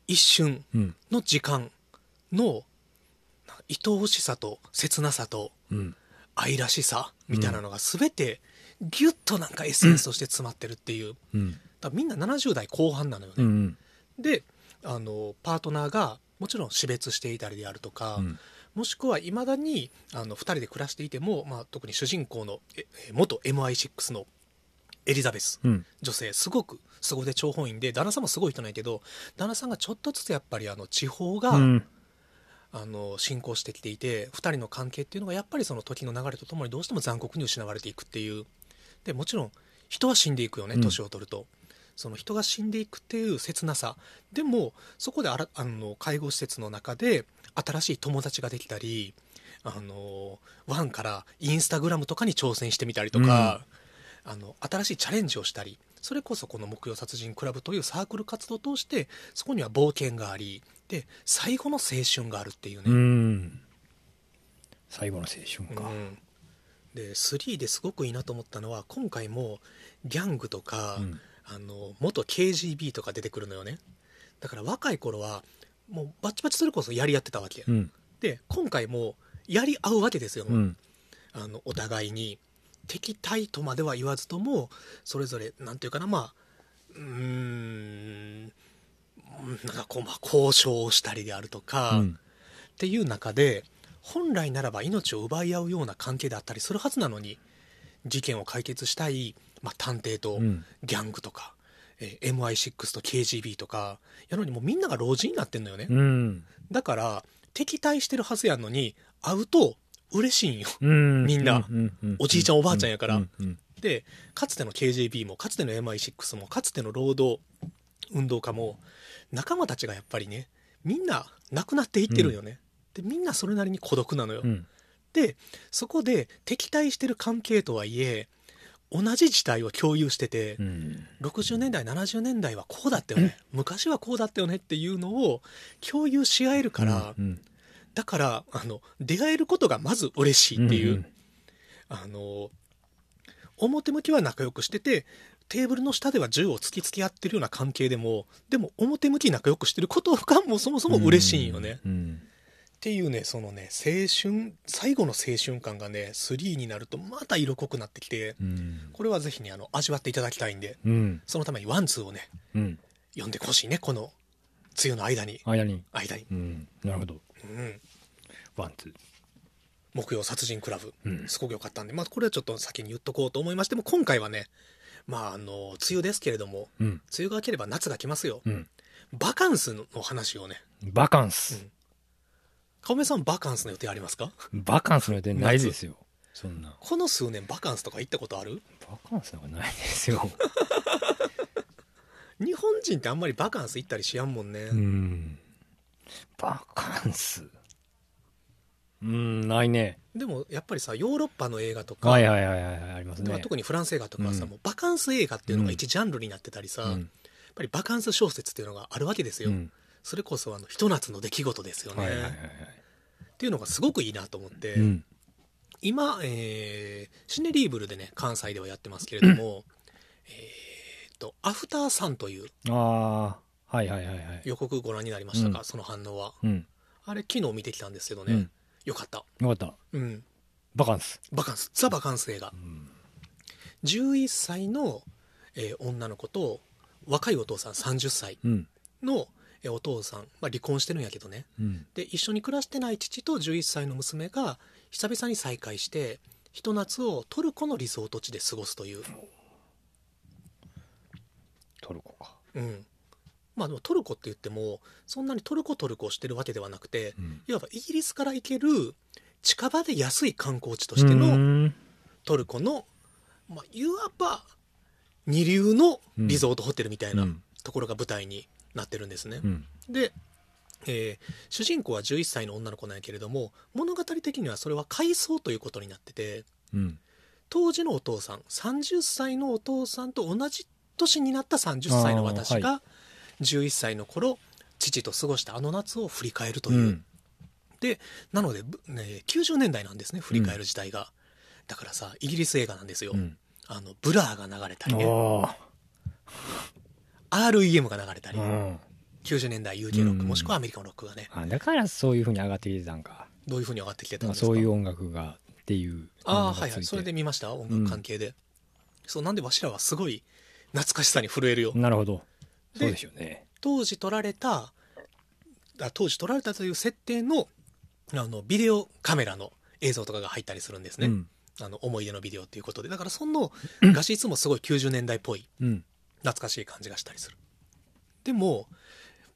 一瞬うんの時間のなんか愛おしさと切なさとうん愛らしさみたいなのが全てギュッとなんかエッセンスとして詰まってるっていう、うんだからみんな70代後半なのようね、んであのパートナーがもちろん死別していたりであるとか、うんもしくはいまだにあの2人で暮らしていても、まあ、特に主人公のええ元 MI6 のエリザベスうん女性すごく凄腕張本員で旦那さんもすごい人ないけど旦那さんがちょっとずつやっぱりあの地方が、うんあの進行してきていて2人の関係っていうのがやっぱりその時の流れとともにどうしても残酷に失われていくっていうでもちろん人は死んでいくよねうん年を取ると、その人が死んでいくっていう切なさでもそこであらあの介護施設の中で新しい友達ができたりあのワンからインスタグラムとかに挑戦してみたりとか、あの新しいチャレンジをしたりそれこそこの木曜殺人クラブというサークル活動を通してそこには冒険がありで最後の青春があるっていうね、うん最後の青春かうんで3ですごくいいなと思ったのは今回もギャングとか、うんあの元 KGB とか出てくるのよねだから若い頃はもうバチバチそれこそやり合ってたわけ、うんで今回もやり合うわけですよ、うんあのお互いに敵対とまでは言わずともそれぞれなんていうかなまあうーんうんなんかこう、まあ、交渉をしたりであるとか、うんっていう中で本来ならば命を奪い合うような関係であったりするはずなのに事件を解決したい、まあ、探偵とうんギャングとか、えー MI6 と KGB とかやのにもうみんなが老人になってんのよね、うんだから敵対してるはずやのに会うと嬉しいんようんみんなううおじいちゃんおばあちゃんやからうんうんでかつての KJB もかつての MI6 もかつての労働運動家も仲間たちがやっぱりねみんな亡くなっていってるよね、でみんなそれなりに孤独なのよ、うんでそこで敵対してる関係とはいえ同じ時代を共有してて、うん60年代70年代はこうだったよね、昔はこうだったよねっていうのを共有し合えるから、うんだからあの出会えることがまず嬉しいっていう、あの表向きは仲良くしててテーブルの下では銃を突きつけ合ってるような関係でもでも表向き仲良くしてることがもうそもそも嬉しいんよね、っうんていうねそのね青春最後の青春感がね3になるとまた色濃くなってきてうんこれはぜひねあの味わっていただきたいんでうんそのためにワンツーをねうん読んでほしいねこの梅雨の間に間に間に、うんなるほどうん、ワンツー木曜殺人クラブうんすごく良かったんで、まあ、これはちょっと先に言っとこうと思いましても今回はねまああの梅雨ですけれどもうん梅雨が明ければ夏が来ますようんバカンスの話をねバカンスかおめさんバカンスの予定ありますかバカンスの予定ないですよそんなこの数年バカンスとか行ったことあるバカンスなんかないですよ日本人ってあんまりバカンス行ったりしやんもんね、うんバカンスうんないねでもやっぱりさヨーロッパの映画とか、はいはいはいはいありますではね特にフランス映画とかはさ、うんもうバカンス映画っていうのがうん一ジャンルになってたりさ、うやっんぱりバカンス小説っていうのがあるわけですよ、うんそれこそあのひと夏の出来事ですよね、はいはいはいはっていうのがすごくいいなと思って、いうん今、えーシネリーブルでね関西ではやってますけれども、えーっと「アフターサン」というああはいはいはいはい予告ご覧になりましたか、うんその反応はうんあれ昨日見てきたんですけどうね、んよかったよかったうんバカンスバカンスザ・バカンス映画うん11歳の、えー女の子と若いお父さん30歳うんの、えーお父さん、まあ、離婚してるんやけどねうんで一緒に暮らしてない父と11歳の娘が久々に再会してひと夏をトルコのリゾート地で過ごすというトルコうんまあでもトルコって言ってもそんなにトルコトルコしてるわけではなくてうんいわばイギリスから行ける近場で安い観光地としてうのんトルコの、まあ、いわば二流のリゾートホテルみたいなうんところが舞台になってるんですねう。んで、えー主人公は11歳の女の子なんやけれども物語的にはそれは回想ということになっててうん当時のお父さん30歳のお父さんと同じ年になった30歳の私が、11歳の頃父と過ごしたあの夏を振り返るという、うんでなので、ぶね、90年代なんですね振り返る時代が、だからさイギリス映画なんですよ、うんあのブラーが流れたりねおー REM が流れたり、うん90年代 UK ロック、うんもしくはアメリカのロックがねあだからそういうふうに上がってきてたんかどういうふうに上がってきてたんまあですかそういう音楽がっていうああのがはいつはいてそれで見ました音楽関係で、そうなんでわしらはすごい懐かしさに震えるよ、なるほどでそうでしょうね当時撮られたあ当時撮られたという設定のあのビデオカメラの映像とかが入ったりするんですね、うんあの思い出のビデオっていうことでだからそ の画質もすごい90年代っぽいうん懐かしい感じがしたりするでも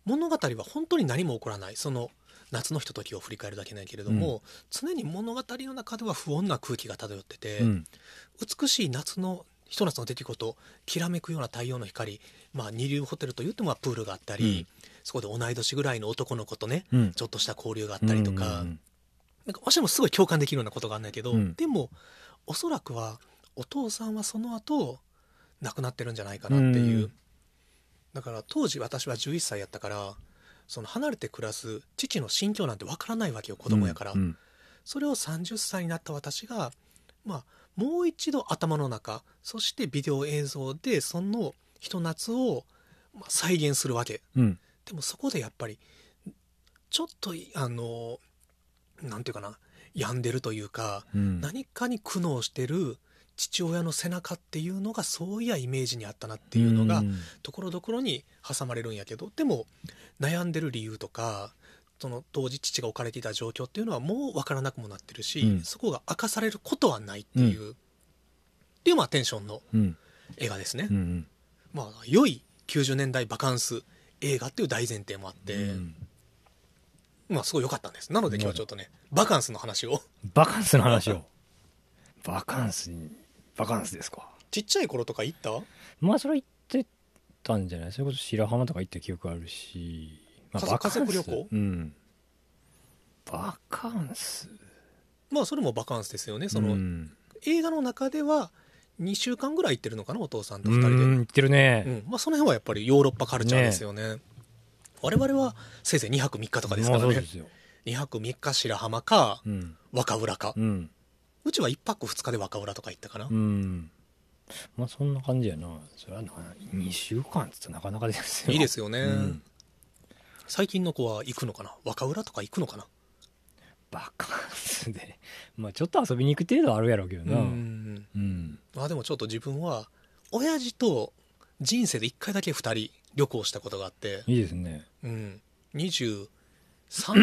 物語は本当に何も起こらないその夏のひとときを振り返るだけなんやけれども、常に物語の中では不穏な空気が漂ってて、うん美しい夏のひと夏の出来事きらめくような太陽の光、まあ、二流ホテルといってもまあプールがあったり、そこで同い年ぐらいの男の子とねうんちょっとした交流があったりとか、うんなんかわしもすごい共感できるようなことがあるんだけど、うんでもおそらくはお父さんはその後亡くなってるんじゃないかなっていう、うんだから当時私は11歳やったからその離れて暮らす父の心境なんてわからないわけよ子供やから、うんそれを30歳になった私がまあもう一度頭の中そしてビデオ映像でそのひと夏をまあ再現するわけうんでもそこでやっぱりちょっといあのなんていうかな病んでるというか、うん何かに苦悩してる父親の背中っていうのがそういやイメージにあったなっていうのがんところどころに挟まれるんやけどでも悩んでる理由とかその当時父が置かれていた状況っていうのはもう分からなくもなってるし、うんそこが明かされることはないっていう、っていうまあテンションのうん映画ですね、うんうんまあ良い90年代バカンス映画っていう大前提もあって、うんまあすごい良かったんですなので今日はちょっとねバカンスの話をバカンスの話をバカンスにバカンスですかちっちゃい頃とか行ったまあそれ行ってたんじゃないそれこそ白浜とか行った記憶あるし、まあ、家族家族旅行うんバカンスまあそれもバカンスですよねそうのん、映画の中では2週間ぐらい行ってるのかなお父さんとう2人でん行ってるね、うんまあ、その辺はやっぱりヨーロッパカルチャーですよね我々はせいぜい2泊3日とかですからまあそうねですよ2泊3日白浜かうん若浦か、ううんちは1泊2日で若浦とか行ったかな、うんまあそんな感じやなそれはな2週間っつってなかなかですよいいですよね、うん最近の子は行くのかな若浦とか行くのかなバカンスでまあちょっと遊びに行く程度はあるやろうけどうなうん、んまあでもちょっと自分は親父と人生で1回だけ2人旅行したことがあって、いいですねうん、23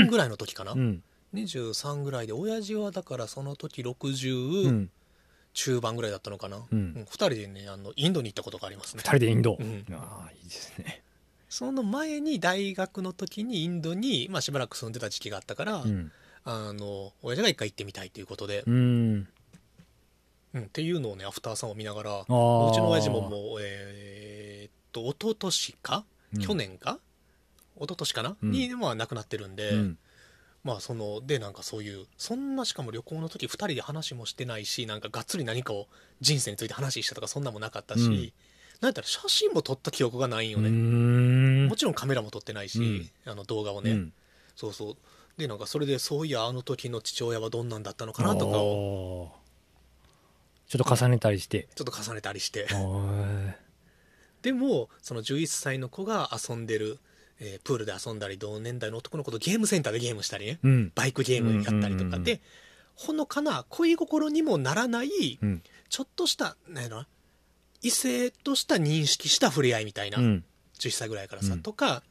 ぐらいの時かな、うん23ぐらいで親父はだからその時う60、ん中盤ぐらいだったのかな、うん2人でねあのインドに行ったことがありますね2人でインド、うんああいいですねその前に大学の時にインドに、まあ、しばらく住んでた時期があったから、うん、あの親父が一回行ってみたいということで、うん、うんっていうのをねアフターさんを見ながらうちあーの親父ももうえーっと一昨年か、うん去年か一昨年かな、うんに、まあ、亡くなってるんで、うんまあそのでなんかそういうそんなしかも旅行の時2人で話もしてないしなんかがっつり何かを人生について話したとかそんなんもなかったし、うんなんやったら写真も撮った記憶がないんようね、んもちろんカメラも撮ってないし、あの動画をね、うんそうそうでなんかそれでそういやあの時の父親はどんなんだったのかなとかををちょっと重ねたりしてちょっと重ねたりしてはでもその11歳の子が遊んでる、えープールで遊んだり同年代の男の子とゲームセンターでゲームしたりねいうんバイクゲームやったりとかうんうんうんうでほのかな恋心にもならないうんちょっとした、なんやろな、異性とした認識した触れ合いみたいな、うん10歳ぐらいからさ、うんとか、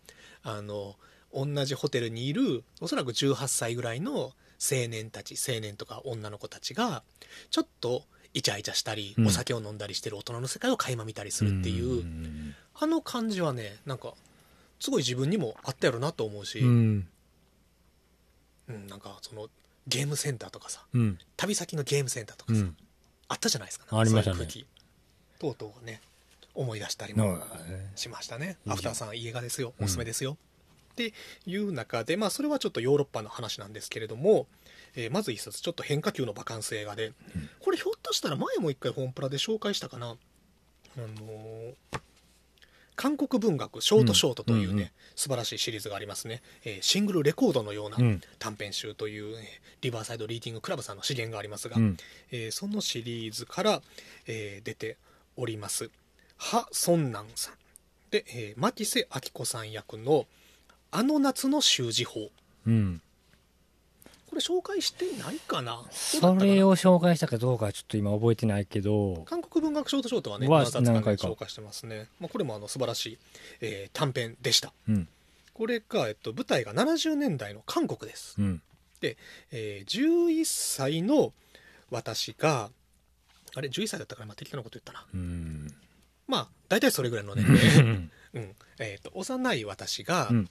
あの、同じホテルにいる、おそらく18歳ぐらいの青年たち、青年とか女の子たちが、ちょっとイチャイチャしたり、うんお酒を飲んだりしてる大人の世界を垣間見たりするっていう、んあの感じはねなんかすごい自分にもあったやろなと思うし、うんんなんかそのゲームセンターとかさうん旅先のゲームセンターとかうさ、んあったじゃないですか、ありましたねそういう空気とうとうね思い出したりなもんかねしましたねいいじゃんアフターさんいい映画ですようんおすすめですよ、っていう中で、まあ、それはちょっとヨーロッパの話なんですけれども、えーまず一冊ちょっと変化球のバカンス映画で、うんこれひょっとしたら前も一回ホンプラで紹介したかな、あのー韓国文学ショートショートというね、うんうんうん素晴らしいシリーズがありますね、えーシングルレコードのようなうん短編集という、えーリバーサイドリーディングクラブさんの資源がありますが、うんえーそのシリーズから、えー出ておりますハ・ソンナンさんで、えー、牧瀬明子さん役の「あの夏の習字法うん」これ紹介してないかなどうだそったかなれを紹介したかどうかはちょっと今覚えてないけど韓国文学ショートショートはねは何冊か,、ね、何回か紹介してますね、まあ、これもあの素晴らしい、えー短編でしたうんこれが、えっと、舞台が70年代の韓国ですうんえー11歳の私があれ11歳だったからまあ適当なこと言ったなうんまあ大体それぐらいの年う齢、んうんえー、と幼い私が、うん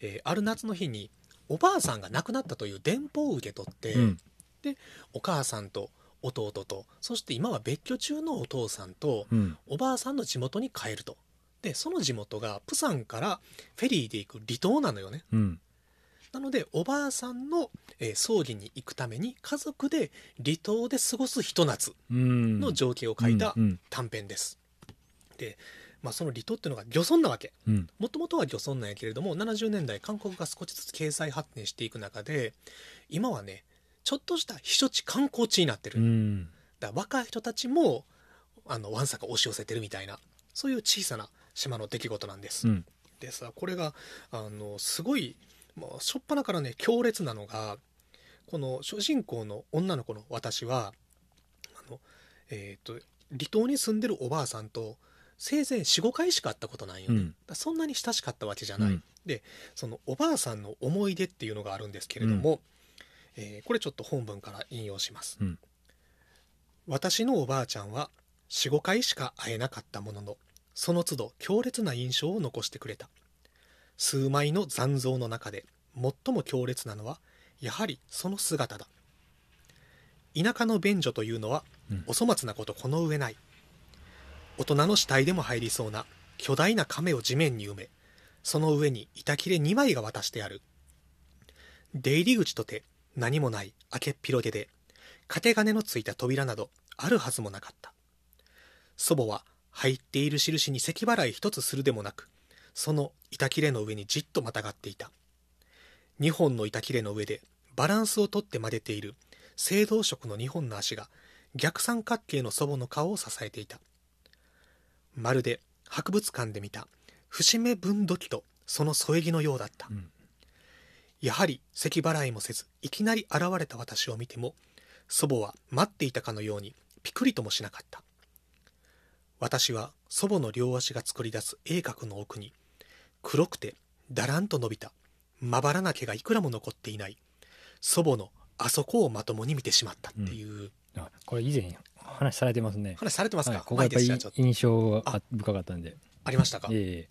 えーある夏の日におばあさんが亡くなったという電報を受け取って、うんお母さんと弟とそして今は別居中のお父さんとうんおばあさんの地元に帰るとでその地元がプサンからフェリーで行く離島なのよねうんなのでおばあさんの、えー葬儀に行くために家族で離島で過ごすひと夏うんの情景を描いたうん短編です。で、まあ、その離島っていうのが漁村なわけうんもともとは漁村なんやけれども70年代韓国が少しずつ経済発展していく中で今はねちょっとした避暑地観光地になってる、うだかんら若い人たちもあのわんさか押し寄せてるみたいなそういう小さな島の出来事なんです。うんでさこれがあのすごいもう初っ端からね強烈なのがこの主人公の女の子の私はあの、えー、と離島に住んでるおばあさんと生前45回しか会ったことないよね、うんだからそんなに親しかったわけじゃうない、んそのおばあさんの思い出っていうのがあるんですけれども、えーこれちょっと本文から引用します、うん私のおばあちゃんは45回しか会えなかったもののその都度強烈な印象を残してくれた数枚の残像の中で最も強烈なのはやはりその姿だ田舎の便所というのはうんお粗末なことこの上ない大人の死体でも入りそうな巨大な亀を地面に埋めその上に板切れ2枚が渡してある出入り口とて何もない開けっ広げでかけ金のついた扉などあるはずもなかった祖母は入っている印に咳払い一つするでもなくその板切れの上にじっとまたがっていた2本の板切れの上でバランスをとって曲げている青銅色の2本の足が逆三角形の祖母の顔を支えていたまるで博物館で見た節目分度器とその添え木のようだった、うんやはり咳払いもせずいきなり現れた私を見ても祖母は待っていたかのようにピクリともしなかった私は祖母の両足が作り出す鋭角の奥に黒くてだらんと伸びたまばらな毛がいくらも残っていない祖母のあそこをまともに見てしまったっていうあこれ以前話されてますね話されてますか、はいここが前やっでぱすりじゃあちょっと印象が深かったんでありましたかえ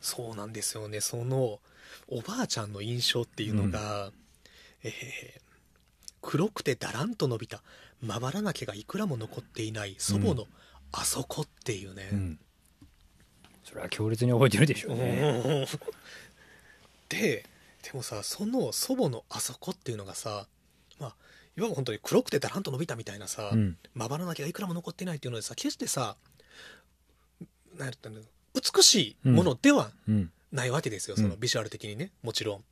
そうなんですよねそのおばあちゃんの印象っていうのが、えー黒くてだらんと伸びたまばらな毛がいくらも残っていない祖母のあそこっていうね、えうんそれは強烈に覚えてるでしょうねうんででもさその祖母のあそこっていうのがさまあいわば本当に黒くてだらんと伸びたみたいなさ、うんまばらな毛がいくらも残ってないっていうのでさ決してさなんやったの美しいものではうんないわけですよ、うんそのビジュアル的にねもちろん。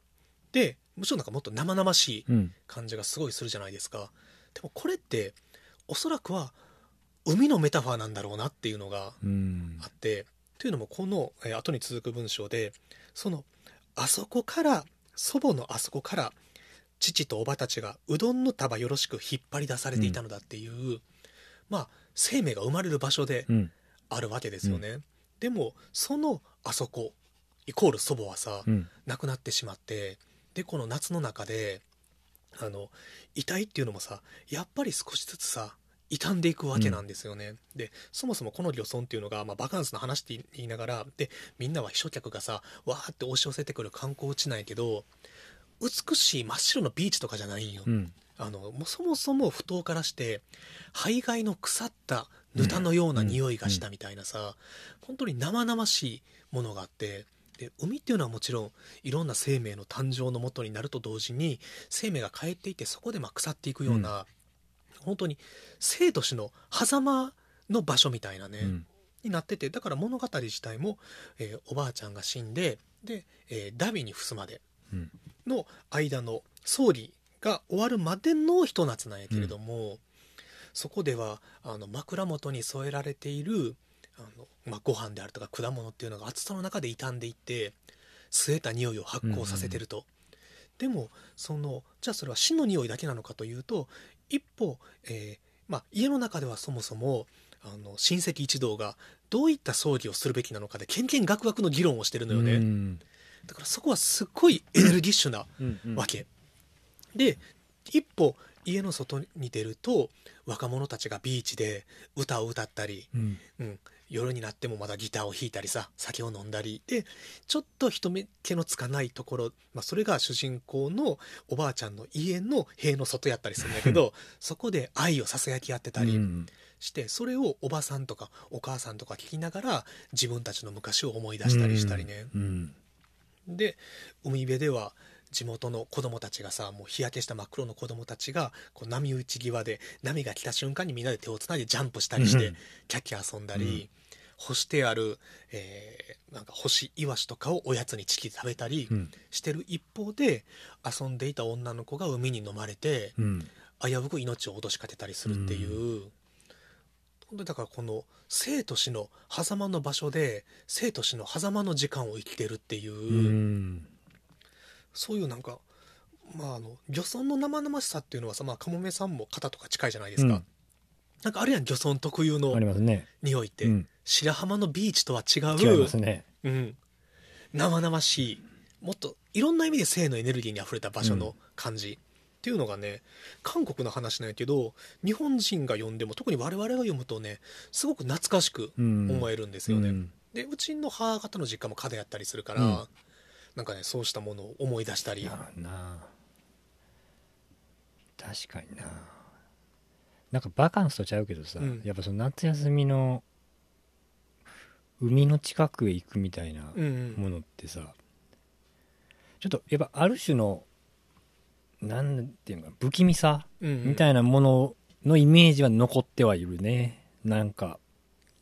でむしろなんかもっと生々しいうん感じがすごいするじゃないですかでもこれっておそらくは海のメタファーなんだろうなっていうのがうんあってというのもこの、えー後に続く文章でそのあそこから祖母のあそこから父とおばたちがうどんの束よろしく引っ張り出されていたのだっていう、まあ生命が生まれる場所でうんあるわけですよね、でもそのあそこイコール祖母はさ、うん亡くなってしまってでこの夏の中であの遺体っていうのもさやっぱり少しずつさ傷んでいくわけなんですよね、でそもそもこの漁村っていうのが、まあ、バカンスの話って言いながらでみんなは避暑客がさわーって押し寄せてくる観光地なんやけど美しい真っ白のビーチとかじゃないんよ、うんあのもうそもそも不当からして肺骸の腐ったぬたのような匂いがしたみたいなさ、本当に生々しいものがあってで海っていうのはもちろんいろんな生命の誕生のもとになると同時に生命が変えていってそこでまあ腐っていくような、本当に生と死の狭間の場所みたいなね、うんになっててだから物語自体も、えーおばあちゃんが死んでで、えーダビに伏すまでうんの間の総理が終わるまでのひと夏なんやけれども、そこではあの枕元に添えられているあの、まあ、ご飯であるとか果物っていうのが暑さの中で傷んでいって据えた匂いを発酵させてると。でもそのじゃあそれは死の匂いだけなのかというと一歩、えーまあ、家の中ではそもそもあの親戚一同がどういった葬儀をするべきなのかでけんけんがくがくの議論をしてるのよね、うんだからそこはすっごいエネルギッシュなうんうんわけ、で一歩家の外に出ると若者たちがビーチで歌を歌ったり、うんうん、夜になってもまだギターを弾いたりさ酒を飲んだりでちょっと人目気のつかないところ、まあ、それが主人公のおばあちゃんの家の塀の外やったりするんだけど そこで愛をささやき合ってたり、うんしてそれをおばさんとかお母さんとか聞きながら自分たちの昔を思い出したりしたりね、うんで海辺では地元の子供たちがさもう日焼けした真っ黒の子供たちがこう波打ち際で波が来た瞬間にみんなで手をつないでジャンプしたりして、うんキャッキャ遊んだり、うん干してある、えーなんか干しイワシとかをおやつにチキ食べたりうんしてる一方で遊んでいた女の子が海に飲まれて、うん危うく命を落としかけたりするっていう、ほんでだからこの生と死の狭間の場所で生と死の狭間の時間を生きてるっていう、うんそういうなんかまああの漁村の生々しさっていうのはさまあカモメさんも肩とか近いじゃないですか、うんなんかあるやん漁村特有のありますね匂いって、うん白浜のビーチとは違違ういますねうん、生々しいもっといろんな意味で性のエネルギーにあふれた場所の感じ、っていうのがね韓国の話なんやけど日本人が読んでも特に我々が読むとねすごく懐かしくうん思えるんですよね、うんでうちの母方の実家も家でやったりするから、うんなんかねそうしたものを思い出したりなるな確かにななんかバカンスとちゃうけどさ、うんやっぱその夏休みの海の近くへ行くみたいなうんうんものってさ、ちょっとやっぱある種のなんていうのかな不気味さうんうんみたいなもののイメージは残ってはいるねなんか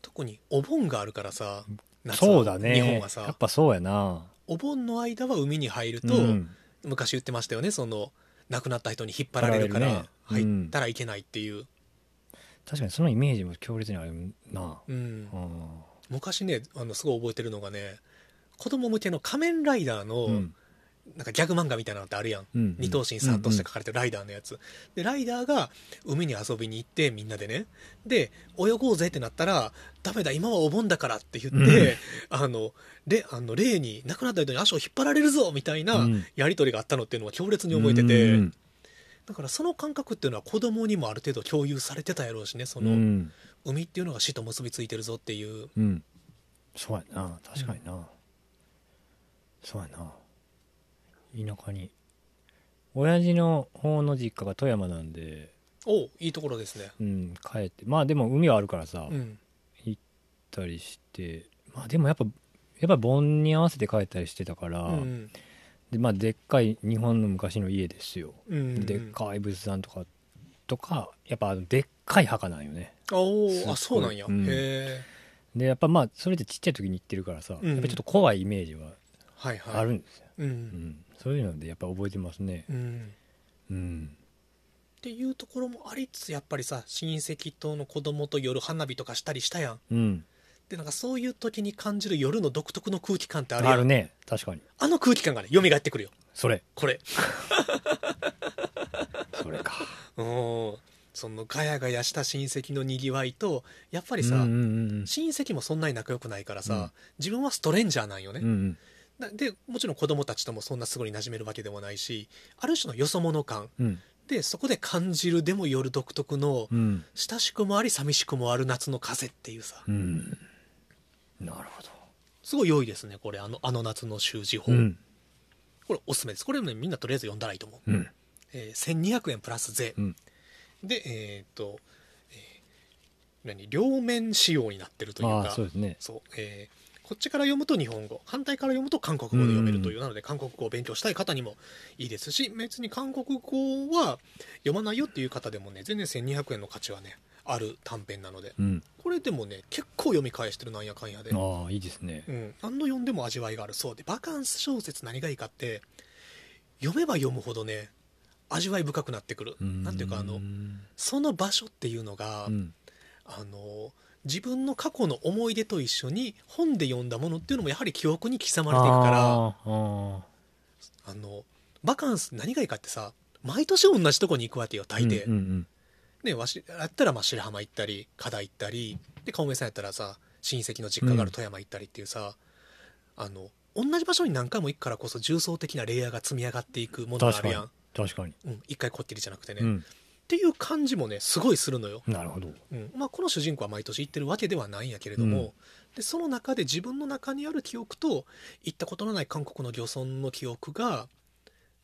特にお盆があるからさ夏はそうだね日本はやっさぱそうやなお盆の間は海に入ると、うん昔言ってましたよねその亡くなった人に引っ張られるから引っ張られるね入ったらいけないっていう、確かにそのイメージも強烈にあるな、うんうん昔ねあのすごい覚えてるのがね子供向けの「仮面ライダー」のなんかギャグ漫画みたいなのってあるやん、うん二等身三等身で書かれてるライダーのやつ、でライダーが海に遊びに行ってみんなでねで泳ごうぜってなったら「ダメだ今はお盆だから」って言って、あのれあの霊に亡くなった人に足を引っ張られるぞみたいなうんやり取りがあったのっていうのは強烈に覚えてて。うんだからその感覚っていうのは子供にもある程度共有されてたやろうしねそうんうのん海っていうのが死と結びついてるぞっていううんそうやな確かにな、そうやな田舎に親父の方の実家が富山なんで、おういいところですねうん、帰ってまあでも海はあるからさ、う行っんたりしてまあでもやっぱやっぱ盆に合わせて帰ったりしてたから、うんでまあ、でっかい日本の昔の家ですよ、うんでっかい仏壇とかとかやっぱあのでっかい墓なんよねおすっおごいあそうなんや、うんへえでやっぱまあそれでちっちゃい時に行ってるからさ、うんやっぱちょっと怖いイメージははいはいあるんですよ、う、うんんそういうのでやっぱ覚えてますねうん、うんっていうところもありつつやっぱりさ親戚との子供と夜花火とかしたりしたやんうんでなんかそういう時に感じる夜の独特の空気感ってああるるやんね確かにあの空気感がね蘇ってくるよそれこれそれかうんそのガヤガヤした親戚のにぎわいとやっぱりさ、うんうんうん親戚もそんなに仲良くないからさ、うん自分はストレンジャーなんよね、うんうんなでもちろん子供たちともそんなすぐに馴染めるわけでもないしある種のよそ者感うんでそこで感じるでも夜独特のうん親しくもあり寂しくもある夏の風っていうさうんなるほどすごい良いですねこれあのあの夏の習字法、うんこれおすすめですこれねみんなとりあえず読んだらいいと思う、うんえー1200円プラス税、うんでえーっと、えー何両面仕様になってるというあかあそうですねそう、えーこっちから読むと日本語反対から読むと韓国語で読めるという、なので韓国語を勉強したい方にもいいですし別に韓国語は読まないよっていう方でもね全然1200円の価値はねある短編なのでうんこれでもね結構読み返してるなんやかんやで、ああいいですねうん、何度読んでも味わいがあるそうでバカンス小説何がいいかって読めば読むほどね味わい深くなってくるなんていうかあうのんその場所っていうのが、うんあの自分の過去の思い出と一緒に本で読んだものっていうのもやはり記憶に刻まれていくからああーあのバカンス何がいいかってさ毎年同じとこに行くわけよー大抵、うんうんねわしやったらまあ白浜行ったり加田行ったりで顔面さんやったらさ親戚の実家がある富山行ったりっていうさ、あの同じ場所に何回も行くからこそ重層的なレイヤーが積み上がっていくもうのんがあ確かるにやん、確かにうん、一回こってりじゃなくてね、うっんていう感じもねすごいするのよなるほどうんまあ、この主人公は毎年行ってるわけではないんやけれども、うんでその中で自分の中にある記憶と行ったことのない韓国の漁村の記憶が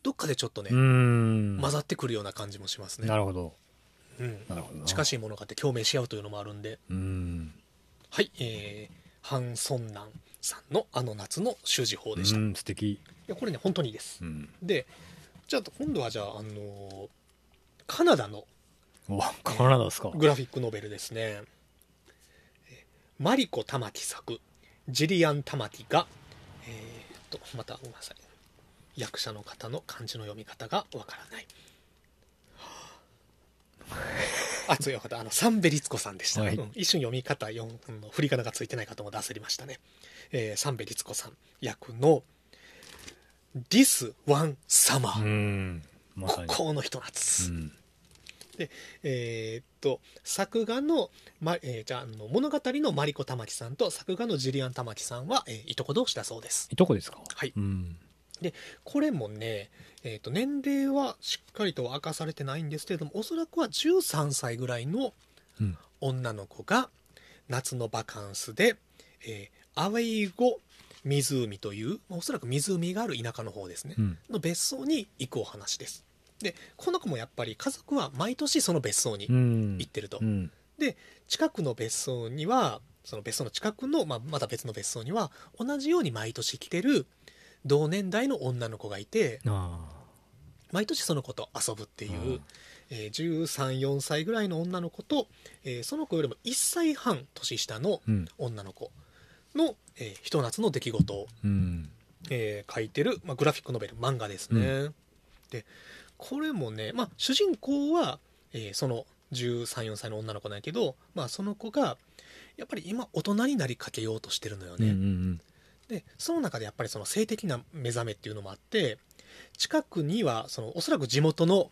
どっかでちょっとね、うん混ざってくるような感じもしますねな、るほどうん、なるほどな近しいものがあって共鳴し合うというのもあるんでうんはいえー、ハン・ソンナンさんの「あの夏の習字法」でした、ういん素敵やこれね本当にいいです、うんでじゃあ今度はじゃあ、あのーカナダのおカナダですかグラフィックノベルですね。えーマリコ・タマキ作、ジリアン・タマキが、えーっと、またごめんなさい。役者の方の漢字の読み方がわからない。 あ、強い方、あの、サンベリツコさんでした。はいうん一瞬読み方、よんうん振り仮名がついてない方も出せりましたね。えーサンベリツコさん役の、This One う Summer。んまさこにこのひと夏。うんえーっと作画の,、まえーじゃああの物語のマリコ玉木さんと作画のジリアン玉木さんは、えーいとこ同士だそうですいとこですかはいうんこれもね、えーっと年齢はしっかりとは明かされてないんですけれどもおそらくは13歳ぐらいのうん女の子が夏のバカンスで、えーアウェイゴ湖という、まあおそらく湖がある田舎の方ですね、うんの別荘に行くお話ですでこの子もやっぱり家族は毎年その別荘にうん行ってると、うん近くの別荘にはその別荘の近くの、まあ、また別の別荘には同じように毎年来てる同年代の女の子がいてあ毎年その子と遊ぶっていう、うんえ134歳ぐらいの女の子と、えーその子よりも1歳半年下のあうん女の子の、えーひと夏の出来事を、うんえー書いてる、まあ、グラフィックノベル漫画ですね。うでこれもね、まあ、主人公は、えーその134歳の女の子なんやけど、まあ、その子がやっぱり今大人になりかけようとしてるのようんうね。んでその中でやっぱりその性的な目覚めっていうのもあって近くにはそのおそらく地元の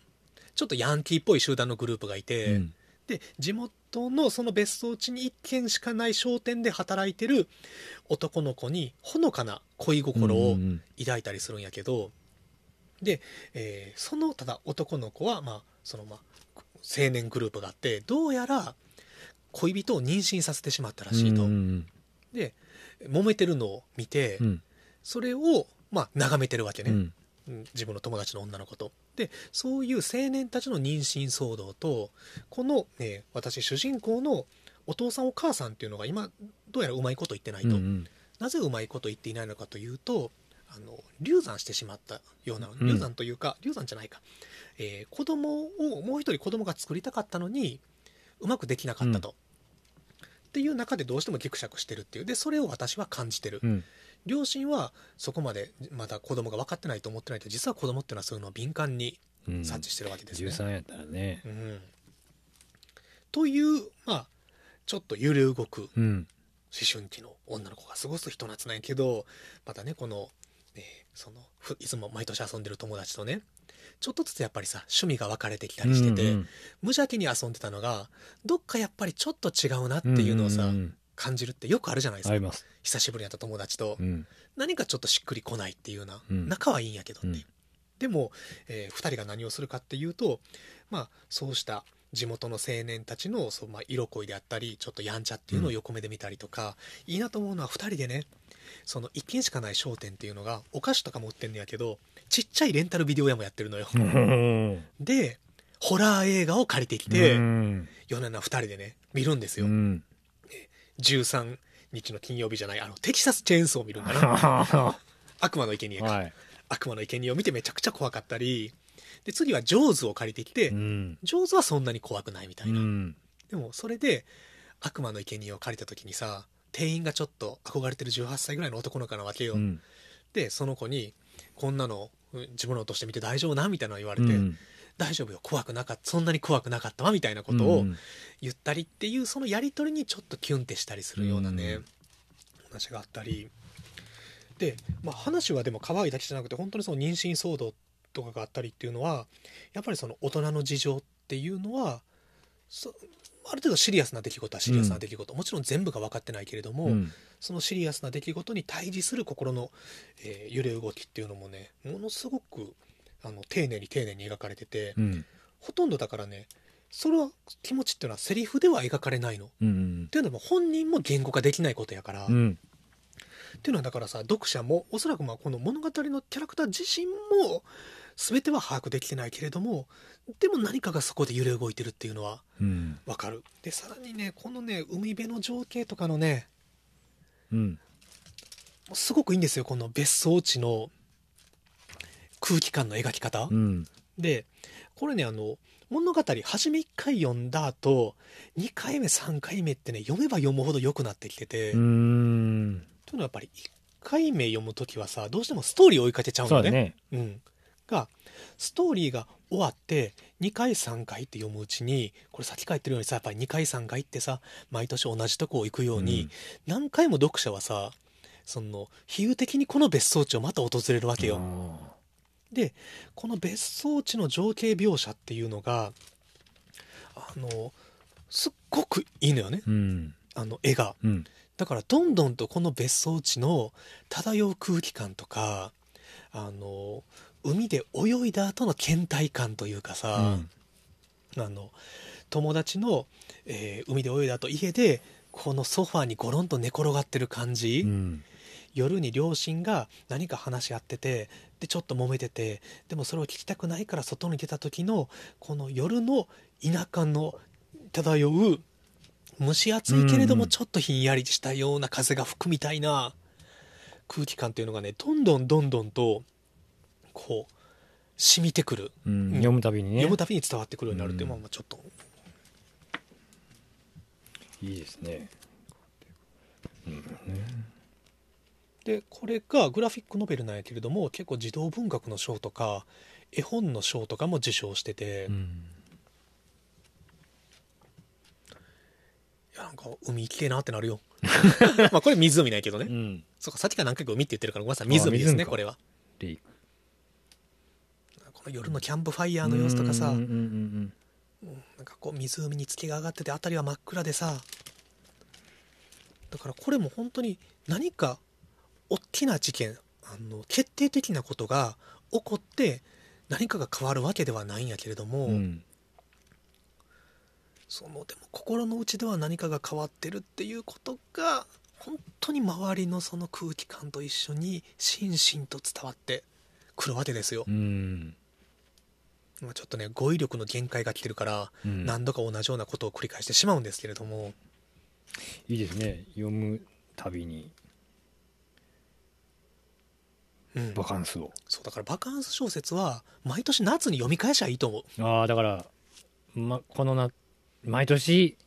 ちょっとヤンキーっぽい集団のグループがいて、うんで地元のその別荘地に1軒しかない商店で働いてる男の子にほのかな恋心をうん抱いたりするんやけどで、えーそのただ男の子は、まあそのまあ、青年グループがあってどうやら恋人を妊娠させてしまったらしいと、うんで揉めてるのを見て、うんそれを、まあ、眺めてるわけうね、んうん自分の友達の女の子と。でそういう青年たちの妊娠騒動とこの、ね、私主人公のお父さんお母さんっていうのが今どうやらうまいこと言ってないと、うんなぜうまいこと言っていないのかというとあの流産してしまったようなうん流産というか、流産じゃないか、えー子供をもう一人子供が作りたかったのにうまくできなかったと、っていう中でどうしてもギクシャクしてるっていうでそれを私は感じてる、うん両親はそこまでまだ子供が分かってないと思ってないと実は子供っていうのはそういうのを敏感にうん察知してるわけですね。 13やったらねうんというまあちょっと揺れ動くうん思春期の女の子が過ごすひと夏なんやけどまたねこの,、えーそのふいつも毎年遊んでる友達とねちょっとずつやっぱりさ趣味が分かれてきたりしてて、うん無邪気に遊んでたのがどっかやっぱりちょっと違うなっていうのをさ、んん感じるってよくあるじゃないですあかります久しぶりに会った友達とうん何かちょっとしっくりこないっていうような、うん仲はいいんやけどっていう、うんでも、え2人が何をするかっていうと、まあ、そうした地元の青年たちのそう、まあ、色恋であったりちょっとやんちゃっていうのを横目で見たりとか、いいなと思うのは2人でねその1軒しかない商店っていうのがお菓子とかも売ってんのやけどちっちゃいレンタルビデオ屋もやってるのよ、うんでホラー映画を借りてきて、夜な夜な2人でね見るんですよ、うん13日の金曜日じゃないあのテキサスチェーンソーを見るんだ なは悪魔の生贄か、い悪魔の生贄を見てめちゃくちゃ怖かったりで次はジョーズを借りてきて、うんジョーズはそんなに怖くないみたういな、んでもそれで悪魔の生贄を借りた時にさ店員がちょっと憧れてる18歳ぐらいの男の子なわけよ、うんでその子にこんなのうん自分のとして見て大丈夫なみたいなの言われて、うん大丈夫よ怖くなかったそんなに怖くなかったわみたいなことをうん言ったりっていうそのやり取りにちょっとキュンってしたりするようなね、うん話があったりで、まあ、話はでも可愛いだけじゃなくて本当にその妊娠騒動とかがあったりっていうのはやっぱりその大人の事情っていうのはそある程度シリアスな出来事はシリアスな出来事、もちろん全部が分かってないけれども、うんそのシリアスな出来事に対峙する心の、えー揺れ動きっていうのもねものすごくあの丁寧に丁寧に描かれてて。うんほとんどだからねそれは気持ちっていうのはセリフでは描かれないの。っうんていうのも本人も言語化できないことやから、うっんていうのはだからさ読者もおそらくまあこの物語のキャラクター自身も全ては把握できてないけれどもでも何かがそこで揺れ動いてるっていうのはうんわかる。でさらにねこのね海辺の情景とかのねうんもうすごくいいんですよこの別荘地の空気感の描き方。うんでこれねあの物語初め1回読んだ後2回目3回目ってね読めば読むほど良くなってきてて、うというんのはやっぱり1回目読む時はさどうしてもストーリーを追いかけちゃうそのうだねねうん、がストーリーが終わって2回3回って読むうちにこれさっき書いてるようにさやっぱり2回3回ってさ毎年同じとこを行くように、うん何回も読者はさその比喩的にこの別荘地をまた訪れるわけよ。でこの別荘地の情景描写っていうのがあのすっごくいいのよねうんあの絵がうんだからどんどんとこの別荘地の漂う空気感とかあの海で泳いだ後の倦怠感というかうさ、んあの友達の、えー海で泳いだ後家でこのソファーにゴロンと寝転がってる感じ、うん夜に両親が何か話し合っててでちょっと揉めててでもそれを聞きたくないから外に出た時のこの夜の田舎の漂う蒸し暑いけれどうんうもんちょっとひんやりしたような風が吹くみたいな空気感っていうのがねどんどんどんどんとこう染みてくるうん読むたびにね読むたびに伝わってくるようになるっていううんまあまあちょっといいですねでこれがグラフィックノベルなんやけれども結構児童文学の賞とか絵本の賞とかも受賞してて。うんいやなんか海きれいなってなるよ まあこれ湖ないけどね、うんそうかさっきから何回か海って言ってるからごめんなさい湖ですあね湖かこれはレイクこの夜のキャンプファイヤーの様子とかさ、うんうんうんなんかこう湖に月が上がってて辺りは真っ暗でさだからこれも本当に何か大きな事件あの決定的なことが起こって何かが変わるわけではないんやけれども、うんうんそのでも心の内では何かが変わってるっていうことが本当に周りのその空気感と一緒に心身と伝わってくるわけですよう、んまあちょっとね語彙力の限界が来てるからうん何度か同じようなことを繰り返してしまうんですけれども、いいですね読むたびにうんバカンスをそうだからバカンス小説は毎年夏に読み返しゃいいと思うああだから、ま、このな毎年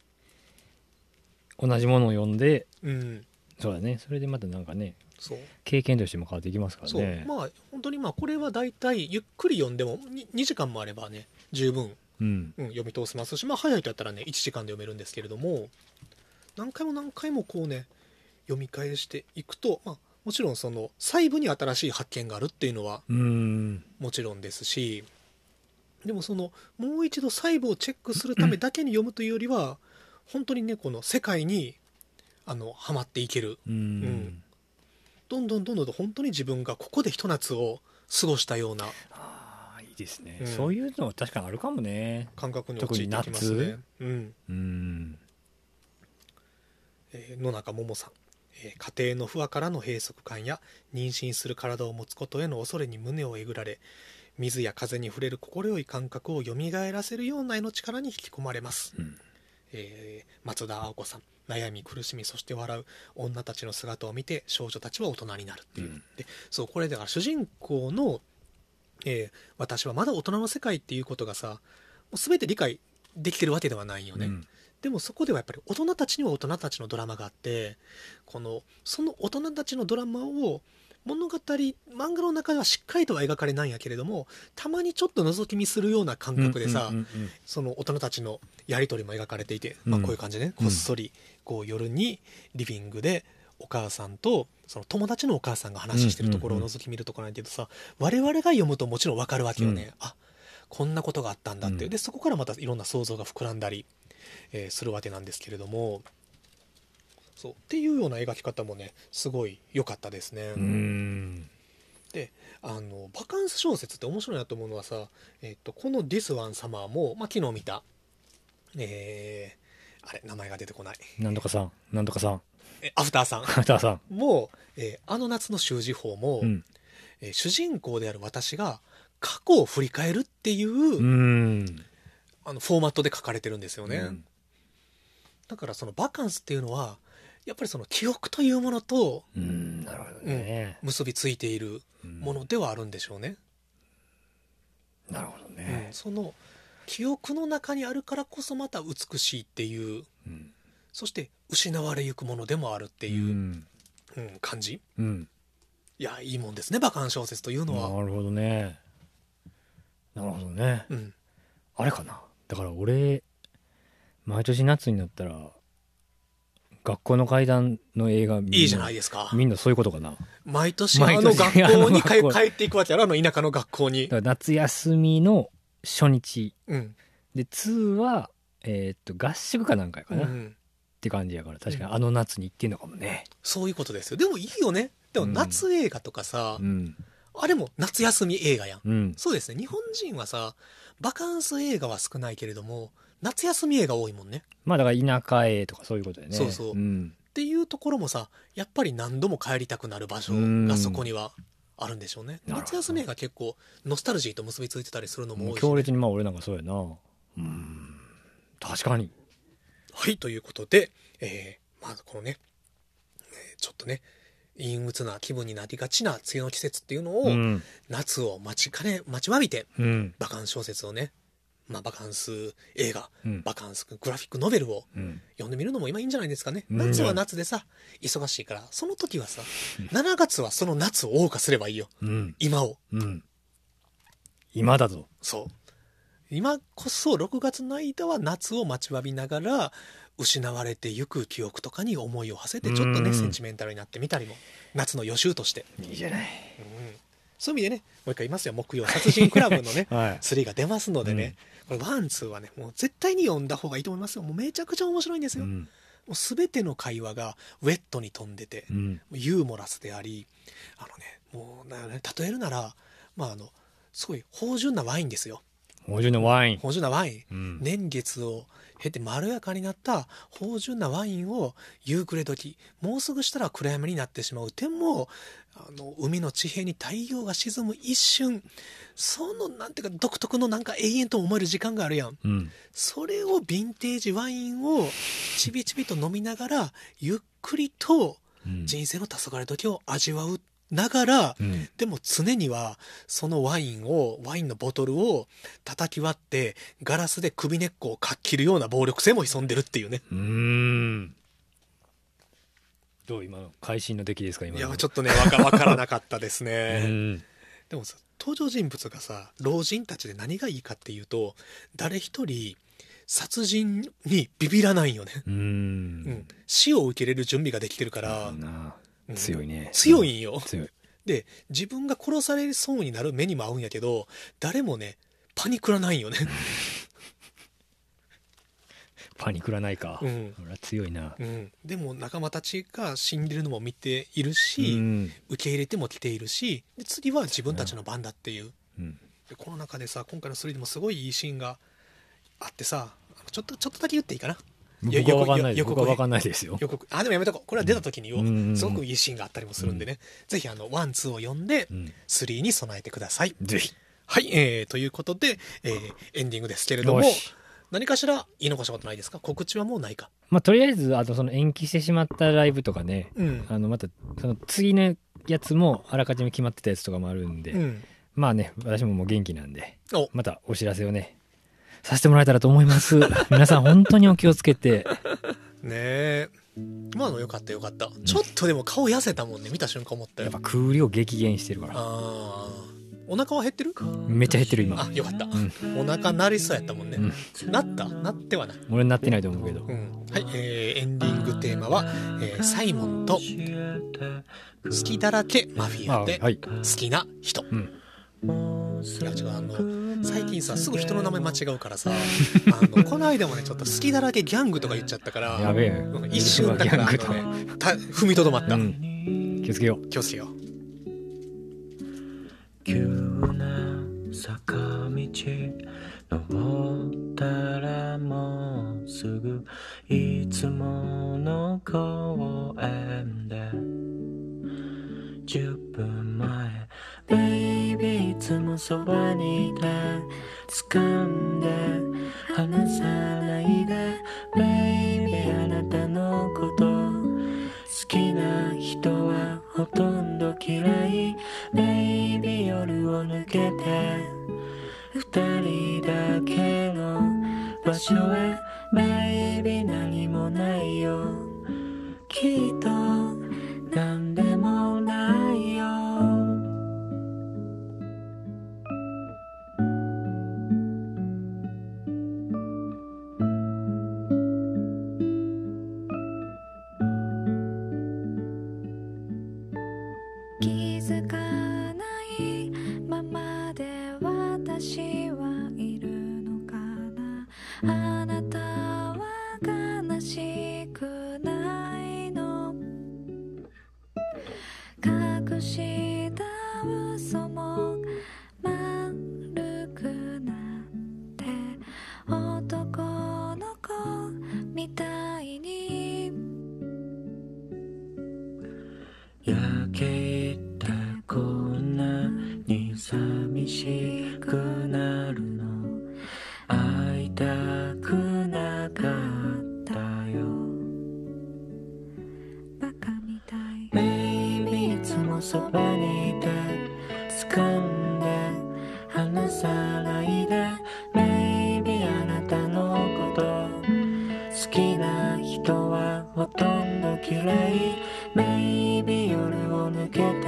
同じものを読んでうんそうだねそれでまたなんかねそう経験としても変わっていきますからそう、ねまあ本当にまあこれは大体ゆっくり読んでもに2時間もあればね十分うんうん、読み通せますし、まあ、早いとやったらね1時間で読めるんですけれども何回も何回もこうね読み返していくと、まあ、もちろんその細部に新しい発見があるっていうのはうんもちろんですしでもそのもう一度細部をチェックするためだけに読むというよりは本当にねこの世界にあのハマっていけるうんんどんどんどんどんと本当に自分がここでひと夏を過ごしたようなあですね、うんそういうの確かにあるかもね感覚に陥ってきます特にね、うんうんえー野中桃さん、えー家庭の不和からの閉塞感や妊娠する体を持つことへの恐れに胸をえぐられ水や風に触れる心よい感覚を蘇らせるような絵の力に引き込まれます、うんえー松田青子さん悩み苦しみそして笑う女たちの姿を見て少女たちは大人になるっていう、うんでそうこれだから主人公の、えー私はまだ大人の世界っていうことがさもう全て理解できてるわけではないよね、うんでもそこではやっぱり大人たちには大人たちのドラマがあってこのその大人たちのドラマを物語漫画の中ではしっかりとは描かれないんやけれどもたまにちょっと覗き見するような感覚でさ、うんうんうんうんその大人たちのやり取りも描かれていて、うんまあ、こういう感じでねうんこっそりこう夜にリビングでお母さんとその友達のお母さんが話してるところを覗き見るところなんだけどさ我々が読むともちろん分かるわけよね、あこんなことがあったんだって、うんでそこからまたいろんな想像が膨らんだり、えーするわけなんですけれどもそうっていうような描き方もねすごい良かったですね。うんであのバカンス小説って面白いなと思うのはさ、えっとこの「This One Summer も」まあ、昨日見たえーあれ名前が出てこないなんとかさんなんとかさんえアフターさんカタさんも、えーあの夏の習字法も」うんえー主人公である私が過去を振り返るっていう、うんあのフォーマットで書かれてるんですよね、うんだからそのバカンスっていうのはやっぱりその記憶というものとうんなるほどね結びついているものではあるんでしょうね、なるほどうねんその記憶の中にあるからこそまた美しいっていううんそして失われゆくものでもあるってていう、うんん感じうんいやいいもんですねバカン小説というのは、なるほどねなるほどね、うん、あれかなだから俺毎年夏になったら学校の階段の映画見るいいじゃないですかみんなそういうことかなだか毎年あ毎の年学校に帰あの学校帰っていくわけやろあの田舎の学校に、ら夏休みの初日うんで2はえーっと合宿かなんかやかうな、っん、て感じやから確かにうんあの夏に行ってんのかもねそういうことですよでもいいよねでも夏映画とかさ、うんあれも夏休み映画やんうんそうですね日本人はさバカンス映画は少ないけれども夏休み映画多いもんねまあだから田舎へとかそういうことだよねそうそうんっていうところもさやっぱり何度も帰りたくなる場所がそこにはあるんでしょうねうんなるほど夏休みが結構ノスタルジーと結びついてたりするのももう多いし強烈にまあ俺なんかそうやなうん確かにはいということで、えーまあこのね、えーちょっとね陰鬱な気分になりがちな梅雨の季節っていうのを、うん夏を待ちかね待ちわびてうんバカンス小説をね、まあ、バカンス映画うんバカンスグラフィックノベルをうん読んでみるのも今いいんじゃないですかね。うん夏は夏でさ、忙しいから、その時はさ、7月はその夏を謳歌すればいいよ。うん今を。うん。今だぞ。そう。今こそ6月の間は夏を待ちわびながら、失われてゆく記憶とかに思いを馳せて、ちょっとうね、んセンチメンタルになってみたりも、夏の予習として。いいじゃない。、うんそういう意味でね、もう一回言いますよ、木曜殺人クラブのね はい。 3が出ますのでね、これワンツーはね、もう絶対に読んだ方がいいと思いますよ。もうめちゃくちゃ面白いんですうよ。もん。う全ての会話がウェットに飛んでてう、ん。ユーモラスでありあのねもうなんかね例えるならまああのすごい芳醇なワインですよ芳醇のワイン。芳醇なワインうん。年月を経てまろやかになった芳醇なワインを夕暮れ時もうすぐしたら暗闇になってしまうでもあの海の地平に太陽が沈む一瞬そのなんていうか独特のなんか永遠と思える時間があるやんうん。それをヴィンテージワインをちびちびと飲みながらゆっくりとうん人生の黄昏時を味わうながら、うん。でも常にはそのワインをワインのボトルを叩き割ってガラスで首根っこをかっきるような暴力性も潜んでるっていうねうーん。どう今の会心の出来ですか今いの。やちょっっとねわかわからなかったです とね、うん。でもさ登場人物がさ老人たちで何がいいかっていうと誰一人殺人にビビらないよね、ううんん。、死を受け入れる準備ができてるかならるほどなうん強いね。強いんよ強い。で自分が殺されそうになる目にも合うんやけど誰もねパニクらないんよね、パニクらないか。うんほら強いな。うん、でも仲間たちが死んでるのも見ているうし、ん。受け入れても来ているしで次は自分たちの番だっていう、うんでこの中でさ今回の3でもすごいいいシーンがあってさちょっとちょっとだけ言っていいかなよ僕は分かんないでよすくよく僕は分かんないですよ予告あでもやめとこうこれは出た時に言おう、うんすごくいいシーンがあったりもするんでね、ぜひあのワンツーを読んでうん3に備えてください、ぜひはい、えー、ということで、えーエンディングですけれどもよし何かしら言い残したことないですか告知はもうないかまあとりあえずあとその延期してしまったライブとかねうんあのまたその次のやつもあらかじめ決まってたやつとかもあるんで、うんまあね私ももう元気なんでおまたお知らせをねさせてもらえたらと思います 皆さん本当にお気をつけてねえ今のよかったよかった、ちょっとでも顔痩せたもんね見た瞬間思ったやよっぱ空量激減してるからあーお腹は減ってるめっちゃ減ってる今あよかった、んお腹なりそうやったもんね、うんなったなってはない、俺になってないと思うけどうんはいえーエンディングテーマは、えーサイモンと好きだらけマフィあアではい好きな人、うんいや違うあの最近さすぐ人の名前間違うから さあのこの間もねちょっと好きだらけギャングとか言っちゃったからやべえうん一瞬だからあの、ギャンね グと、た踏みとどまった、うん気をつけよう気をつけよう急な坂道登ったらもうすぐいつもの公園で10分前ベイビーいつもそばにいて掴んで離さないでベイビーあなたのこと好きな人はほとんど嫌いベイビー夜を抜けて二人だけの場所へベイビー何もないよきっと何でもないよ気づかないままで私はいるのかなあなたは悲しくないの隠した嘘も丸くなって男の子みたいに夜景ってこんなに寂しくなるの会いたくなかったよバカみたいベイビーいつもそばにいて掴んで離さないでベイビーあなたのこと好きな人はほとんど嫌いベイビー夜を抜けて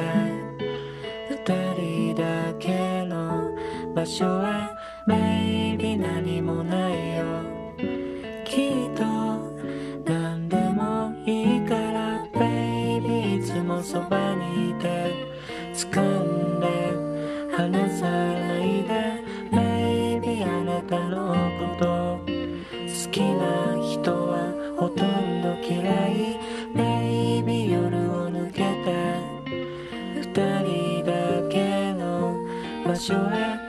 二人だけの場所へベイビー何もないよきっと何でもいいからベイビーいつもそばにいて掴んで離さないでベイビーあなたのこと好きな人はほとんど嫌いベイビー夜を抜けて二人だけの場所へ